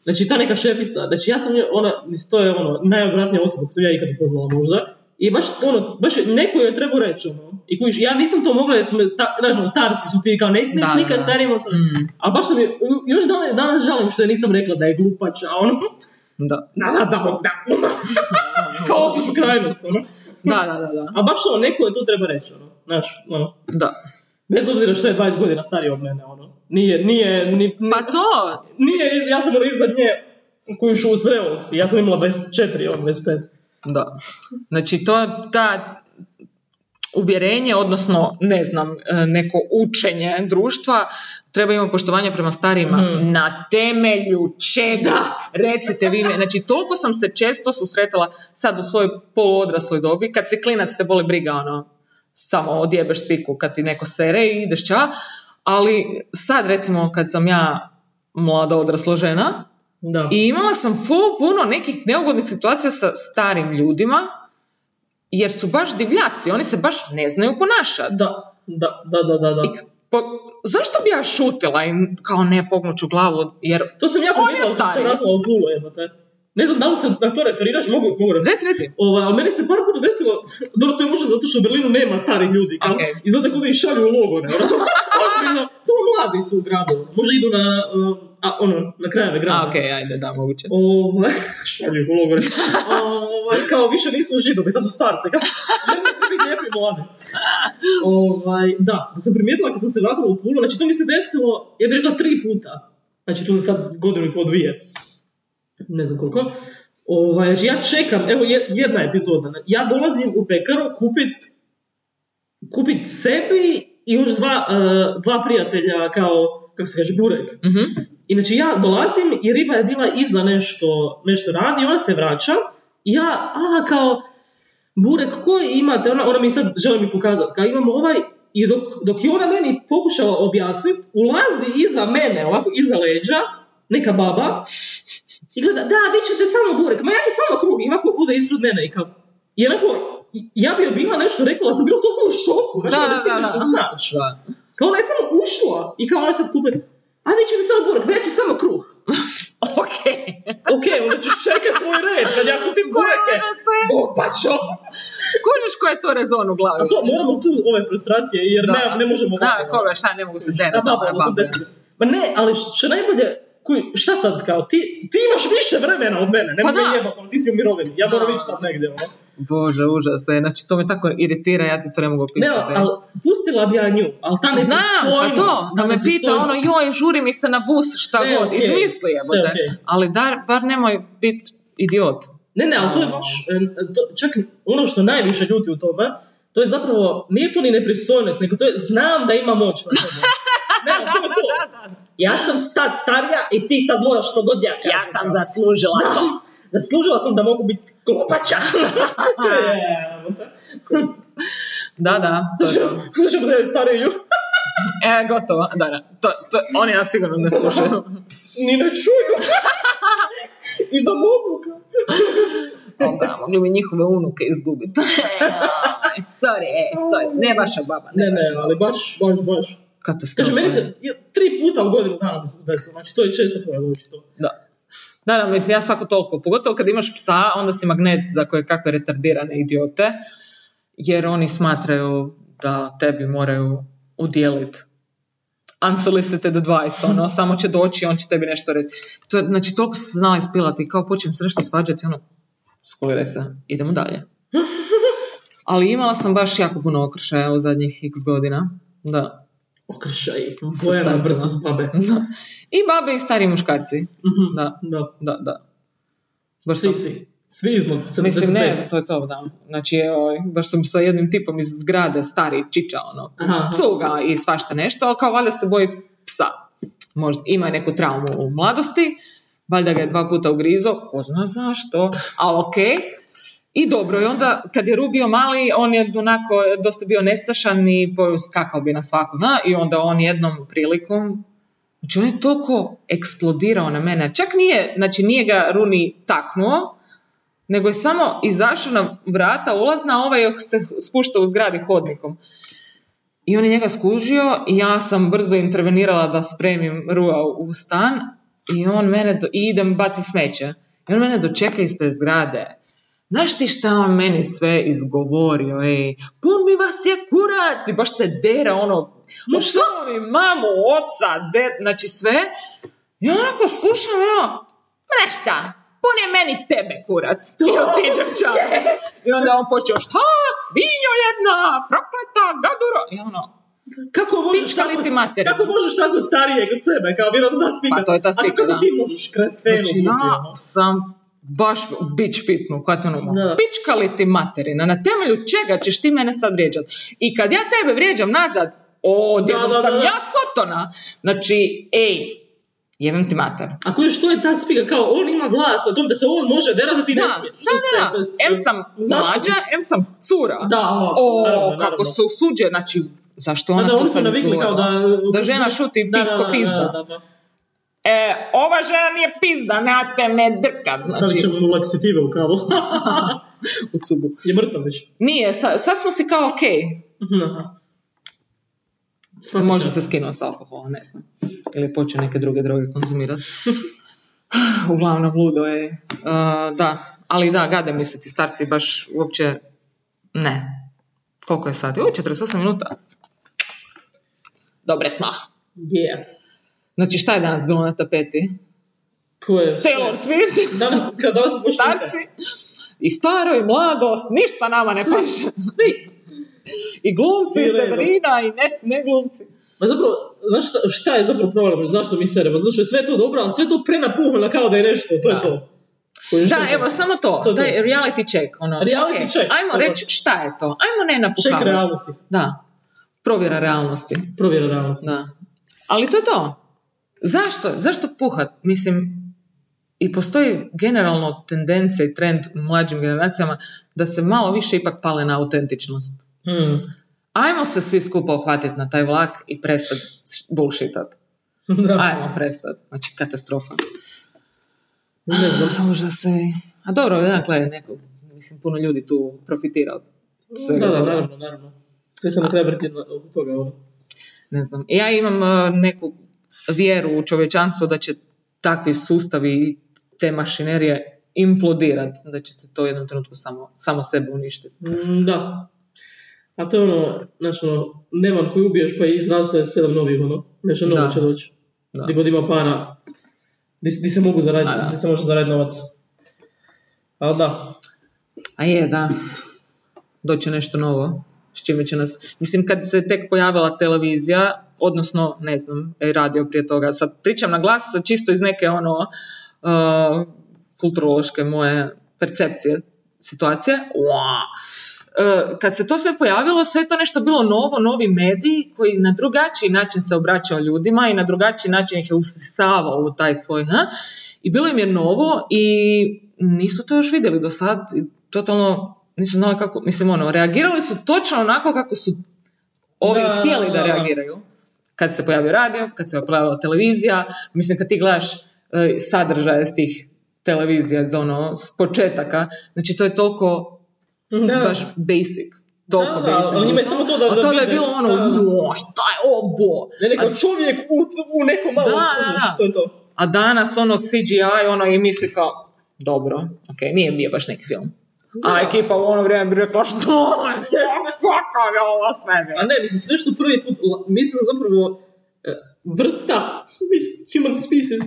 B: znači ta neka šefica, znači ja sam nje, ona, mislim, to je ono, najodvratnija osoba koju sam ja ikad upoznala možda, i baš, ono, baš neko joj treba reći, ono, i kojiš, ja nisam to mogla, jer su me, ta, znaš, ono, starci su ti kao, ne smiješ
A: Da, da,
B: nikad
A: da.
B: starijima sam,
A: Mm,
B: a baš sam je, još dan, danas žalim što je nisam rekla da je glupač, a ono,
A: da.
B: da, da, da, da, ono, kao otiš u krajnost, ono.
A: Da, da, da, da.
B: A baš ono, neko je to treba reći, ono. Znaš, ono,
A: da.
B: bez obzira što je 20 godina stariji od mene, ono. Nije, nije, ni,
A: Pa to,
B: nije, iz- ja sam ono iznad nje koju šu u zrelosti. Ja sam imala ono, 24, on 25.
A: Da. Znači, to je ta uvjerenje, odnosno, ne znam, e, neko učenje društva, treba imati poštovanje prema starijima. Na temelju čega? Recite vi mi. Znači, toliko sam se često susretala sad u svojoj poluodrasloj dobi, kad se klinac te boli briga, ono, samo odjebeš spiku kad ti neko sere i ideš ća. Ali sad, recimo, kad sam ja mlada odrasla žena,
B: Da.
A: i imala sam full puno nekih neugodnih situacija sa starim ljudima, jer su baš divljaci, oni se baš ne znaju ponašati.
B: Da, da, da, da, da, da.
A: I k- po- zašto bi ja šutila i kao ne pognuću glavu, jer...
B: To sam ja
A: On je
B: pogledala kad sam
A: stariji.
B: radila u Vulu, jebate. Ne znam da li se na to referiraš, mogu, mogu reći.
A: Reci, reci.
B: Ova, ali meni se par puta desilo, dobro to je možda zato što u Berlinu nema starih ljudi, kao,
A: Okej.
B: i zato kod ih šalju u logore, ono, samo- ozbiljno, samo mladi su u gradu, ono. možda idu na, um, a, ono, na krajeve grada.
A: A, ok, ajde, da, moguće.
B: Ovaj, šalju u logore. Ovaj, kao više nisu židovi, sad su starci. Kao, žene su biti lijepi i mladi. Ovaj, da, da sam primijetila kad sam se vratila u Pulu, znači to mi se desilo, ja bih rekla tri puta. Znači tu za sad godinu i pol dvije. Ne znam koliko. Ovaj, znači ja čekam, evo je- jedna epizoda. Ja dolazim u pekaru kupit, kupit sebi i još dva, eh, dva prijatelja kao, kako se kaže, burek.
A: Mhm.
B: I znači ja dolazim i riba je bila iza nešto, nešto radi, ona se vraća i ja, a kao, Burek, koji imate? Ona, ona mi sad želi mi pokazati, kao imam ovaj, i dok, dok je ona meni pokušala objasniti, ulazi iza mene, ovako, iza leđa, neka baba, i gleda, da, vi ćete samo Burek, ma ja ću samo krugi, i ovako ude ispred mene i kao, i onako, ja bi joj bila nešto rekla, ali sam bila toliko u šoku, znači
A: Da,
B: da,
A: da,
B: ne stigneš
A: da, da.
B: da znaš.
A: Da.
B: Kao ona je samo ušla i kao ona sad kupe, a vi ćete samo burek, pa ja ću samo kruh.
A: Ok.
B: Ok, onda ćeš čekat svoj red, kad ja kupim burek,
A: kopačo. Kužiš ko je to rezon u glavi?
B: pa A to, moramo tu ove frustracije, jer
A: Da.
B: ne, ne možemo...
A: Da, koga, šta, ne mogu se
B: Da,
A: derati.
B: da,
A: dobra, baba.
B: Ma ne, ali što najbolje, kuj, šta sad kao, ti, ti imaš više vremena od mene, ne
A: Pa
B: pa
A: da.
B: jebati, ti si u mirovini, ja
A: Da.
B: moram ići sad negdje, ono.
A: Bože, užas je. Znači, to me tako iritira, ja ti to ne mogu
B: Ne,
A: opisati.
B: ali pustila bi ja nju, ali ta ne
A: Znam, pa to, da me pita ono, joj, žuri mi se na bus, šta
B: Sve je
A: god,
B: okej,
A: izmisli
B: sve je
A: jebote.
B: okej.
A: Ali dar, bar nemoj biti idiot.
B: Ne, ne, ali to je baš, em, to- čak ono što najviše ljuti u tome, to je zapravo, nije to ni nepristojnost, nego to je, znam da ima moć na tebe. Ne, ali to je to. Ja sam sad starija i ti sad moraš što god ja kažem.
A: zaslužila to.
B: Zaslužila sam da mogu biti E, klopača.
A: Da, da, to je to.
B: Zato ćemo trebati stariju.
A: E, gotovo, da, da. To, to, oni nas sigurno ne slušaju.
B: Ni ne čuju. I da mogu. kao.
A: Ali da, mogli bi njihove unuke izgubiti. sorry, e, sorry, ne vaša baba,
B: Ne,
A: ne,
B: ne,
A: vaša baba.
B: ali baš, baš, baš. Kaže,
A: Katastrofa.
B: meni se je, tri puta u godinu dana mi se desilo. Znači, to je često pojava očito.
A: Da. Da, da, mislim, ja svako toliko. Pogotovo kad imaš psa, onda si magnet za koje kakve retardirane idiote, jer oni smatraju da tebi moraju udjeliti unsolicited advice, ono, samo će doći, on će tebi nešto reći. To, je- znači, toliko se znala ispilati, kao počnem se nešto svađati, ono, skuliraj se, idemo dalje. Ali imala sam baš jako puno okršaja u zadnjih x godina. Da.
B: Okršaj.
A: Sa
B: Bojana
A: starcima.
B: versus babe.
A: I babe i stari muškarci.
B: Mhm.
A: Da,
B: Da.
A: da, da. Baš
B: Svi,
A: sam-
B: svi. Svi iznad 75.
A: Mislim, ne, to je to, da. Znači, evo, baš sam sa jednim tipom iz zgrade, stari čiča, ono,
B: Aha, aha.
A: cuga i svašta nešto, ali kao valjda se boji psa. Možda ima neku traumu u mladosti, valjda ga je dva puta ugrizo, ko zna zašto, ali okej. I dobro, i onda kad je Rubio mali, on je onako dosta bio nestašan i skakao bi na svakog. a, I onda on jednom prilikom Znači, on je toliko eksplodirao na mene. Čak nije, znači nije ga Runi taknuo, nego je samo izašao na vrata ulazna, a ovaj se spuštao u zgradi hodnikom. I on je njega skužio i ja sam brzo intervenirala da spremim Rua u stan i on mene, do, i idem baci smeće. I on mene dočeka ispred zgrade. Znaš ti šta on meni sve izgovorio, ej, pun mi vas je kurac i baš se dera ono, Ušao mi mamu, oca, ded, znači sve. Ja onako slušam, ono, ne šta, pun je meni tebe kurac. I otiđem čak. I onda on počeo, šta, svinjo jedna, prokleta, gaduro. I ono,
B: Kako možeš,
A: Pička li
B: tako,
A: ti materina?
B: kako možeš tako starijeg od sebe? Kao vjerojatno nas pita.
A: Pa to je ta slika,
B: A kako
A: da.
B: ti možeš kretenu?
A: znači
B: ono?
A: ja sam baš bitch fitnu, koja to ono,
B: Da.
A: pička li ti materina, na temelju čega ćeš ti mene sad vrijeđat? I kad ja tebe vrijeđam nazad, o, djedom
B: da,
A: sam
B: da.
A: ja sotona. Znači, ej, jebem ti mater.
B: A koji što je ta spika? Kao on ima glas na tom da se on može derati, ti
A: da,
B: ne
A: da,
B: smiješ. Što ste,
A: da,
B: to
A: da.
B: je-
A: Em sam
B: Znaš što
A: mlađa, em sam cura.
B: Da, o,
A: o,
B: naravno,
A: kako
B: naravno.
A: se usuđuje, znači, zašto ona
B: da,
A: to
B: oni su
A: sad
B: navikli kao
A: izgovorila?
B: da-
A: Da žena šuti
B: Da, da,
A: pip ko
B: da,
A: pizda.
B: da, da, da.
A: E, ova žena nije pizda, nate me drka,
B: Stavit
A: znači,
B: ćemo mu laksitive u kavu.
A: u cugu.
B: je mrtav već. Mhm,
A: Nije, sa- sad smo si kao okej,
B: Aha. Svaka
A: možda
B: čast.
A: se skinuo s alkohola, ne znam. Ili je počeo neke druge droge konzumirati. Uglavnom, ludo je. E, da, ali da, gade mi se ti starci baš uopće ne. Koliko je sati? U, 48 minuta. Dobre smo.
B: Yeah.
A: Znači, šta je danas bilo na tapeti?
B: Ko je?
A: Taylor Swift,
B: Danas, kad danas boš
A: starci. I staro i mladost, ništa nama ne paše.
B: Svi.
A: I glumci, i
B: Svi redom.
A: Severina, i ne, ne glumci.
B: Ma zapravo, znaš šta, šta je zapravo problem? Zašto mi seremo? Znaš, je sve to dobro, ali sve to prenapuhano kao da je nešto. To
A: Da.
B: je to. Koji
A: Da,
B: što je?
A: evo, samo to.
B: To je to.
A: Taj reality check. Ono,
B: Reality
A: ok,
B: check,
A: Ajmo
B: dobro.
A: reći šta je to. Ajmo ne
B: Šek
A: napuhavati.
B: realnosti.
A: Da. Provjera realnosti.
B: Provjera realnosti.
A: Da. Ali to je to. Zašto? Zašto puhat? Mislim, i postoji generalno tendencija i trend u mlađim generacijama da se malo više ipak pale na autentičnost.
B: Hmm.
A: Ajmo se svi skupa uhvatiti na taj vlak i prestati bullshitat.
B: Da.
A: Ajmo prestati. Znači, katastrofa.
B: Ne znam.
A: Možda se... A dobro, dakle, neko, mislim, puno ljudi tu profitira od svega
B: Da, da,
A: toga.
B: naravno, naravno. Sve se na kraju vrti na- oko toga. ono.
A: Ne znam. Ja imam eh, neku vjeru u čovječanstvo da će takvi sustavi i te mašinerije implodirati, da ćete to u jednom trenutku samo, samo sebe uništiti.
B: Mm, Da. A to je ono, znači ono, nevan koji ubiješ pa izraste sedam novih, ono. Znači novi
A: Da.
B: će doći.
A: Da.
B: Gdje god ima para. Di, di se mogu zaraditi,
A: A, da.
B: di se može zaraditi novac. Ali da.
A: A je, da. Doće nešto novo. S čime će nas... Mislim, kad se tek pojavila televizija, odnosno, ne znam, e, radio prije toga, sad pričam na glas čisto iz neke ono uh, kulturološke moje percepcije situacije. Ua. E, Kad se to sve pojavilo, sve je to nešto bilo novo, novi mediji koji na drugačiji način se obraćao ljudima i na drugačiji način ih je usisavao u taj svoj ha? i bilo im je novo i nisu to još vidjeli do sad, i totalno nisu znali kako, mislim ono, reagirali su točno onako kako su ovi
B: Da,
A: htjeli da,
B: da.
A: reagiraju. Kad se pojavio radio, kad se pojavila televizija, mislim kad ti gledaš e, sadržaje s tih televizija, iz ono, s početaka, znači to je toliko
B: Da.
A: Mhm, baš basic. Toliko
B: Da, da,
A: basic.
B: ali njima je samo to da-
A: Od
B: da
A: toga je
B: vide,
A: bilo ono,
B: da.
A: "Jo, šta je ovo?
B: Ne, nego
A: A,
B: čovjek u, u nekom malom
A: Da, da,
B: kužiš,
A: da.
B: to je to.
A: a danas ono CGI, ono i misli kao, dobro, ok, nije bio baš neki film. A ekipa u ono vrijeme bi rekla, što je, kakav je ovo svemir?"
B: A ne, mislim, sve što prvi put, la- mislim zapravo e, vrsta human species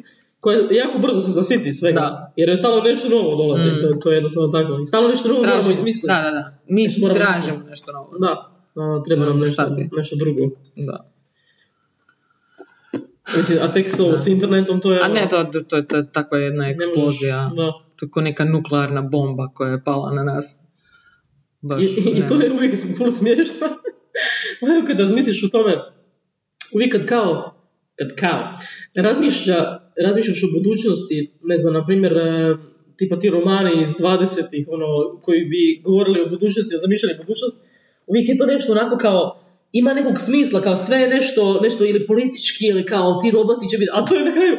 B: koja jako brzo se zasiti svega.
A: Da.
B: Jer je stalno nešto novo dolazi, to, to je jednostavno tako. I stalno nešto novo moramo
A: Tražimo,
B: izmisliti.
A: da, da, da. Mi
B: Nešto moramo
A: tražimo
B: izmisliti.
A: nešto novo.
B: Da. A, treba nam
A: Mm,
B: nešto,
A: sad je.
B: nešto drugo.
A: Da.
B: Mislim, a tek sa, s internetom to je...
A: A
B: ono,
A: ne, to, to, to je takva jedna
B: ne možeš-
A: eksplozija.
B: Da.
A: To je kao neka nuklearna bomba koja je pala na nas. Baš,
B: I, i- i
A: ne.
B: to je uvijek puno smiješno. Ono kad razmisliš o tome, uvijek kad kao, kad kao, razmišlja, razmišljaš o budućnosti, ne znam, na primjer, e, tipa ti romani iz 20-ih, ono, koji bi govorili o budućnosti, zamišljali budućnost, uvijek je to nešto onako kao, ima nekog smisla, kao sve je nešto, nešto ili politički, ili kao ti roboti će biti, a to je na kraju,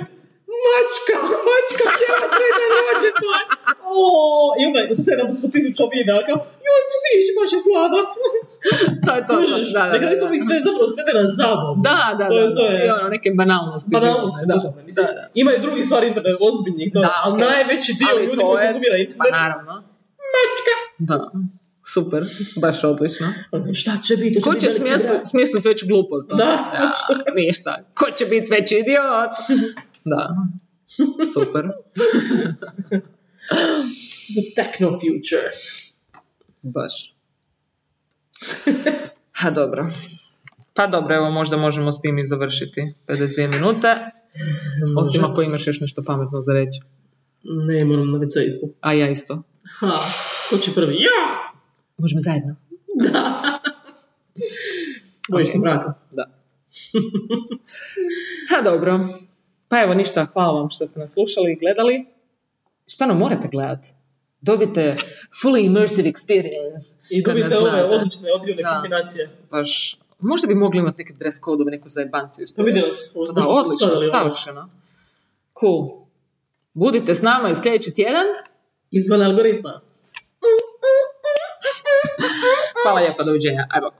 B: mačka, mačka cijela sveta nađe to. O, i onda je 700 tisuća videa, kao, joj, psić, baš je slaba.
A: to je to.
B: Kužiš,
A: da, da, da,
B: neka nisu
A: da.
B: uvijek sve zapravo sve na zabavu.
A: Da, da,
B: To je-
A: da,
B: to je-
A: i ono, neke banalnosti.
B: Pa da,
A: životne,
B: da,
A: da.
B: mislim,
A: Da, da.
B: ima i drugi stvari internet ozbiljnih, to,
A: Da,
B: ali
A: okej.
B: najveći dio
A: Ali
B: ljudi
A: to
B: koji
A: je-
B: konzumira internet.
A: Pa naravno. Da, super, baš odlično.
B: Šta će biti?
A: Ko će smisliti smislit veću glupost? ono?
B: Da.
A: ništa. Ko će biti veći idiot? Da, super.
B: The techno future.
A: Baš. Ha, dobro. Pa dobro, evo možda možemo s tim i završiti 52 minute. Osim ako imaš još nešto pametno za reći.
B: Ne, moram na WC isto.
A: A ja isto.
B: Ha, ko će prvi? Ja!
A: Možemo zajedno.
B: Bojiš se
A: Ok.
B: mraka.
A: Da. ha, dobro. Pa evo ništa, hvala vam što ste nas slušali i gledali. Šta nam morate gledati? Dobite fully immersive experience.
B: I
A: kad nas
B: dobite ove
A: gledate.
B: odlične, odljivne
A: Da.
B: kombinacije.
A: Baš, možda bi mogli imati neke dress code-ove, neku zajebanciju.
B: Pa vidjeli smo.
A: Da,
B: smo
A: odlično,
B: stavili ovo.
A: savršeno. Cool. Budite s nama i sljedeći tjedan.
B: Izvan algoritma.
A: Hvala lijepa, doviđenja. Aj bok.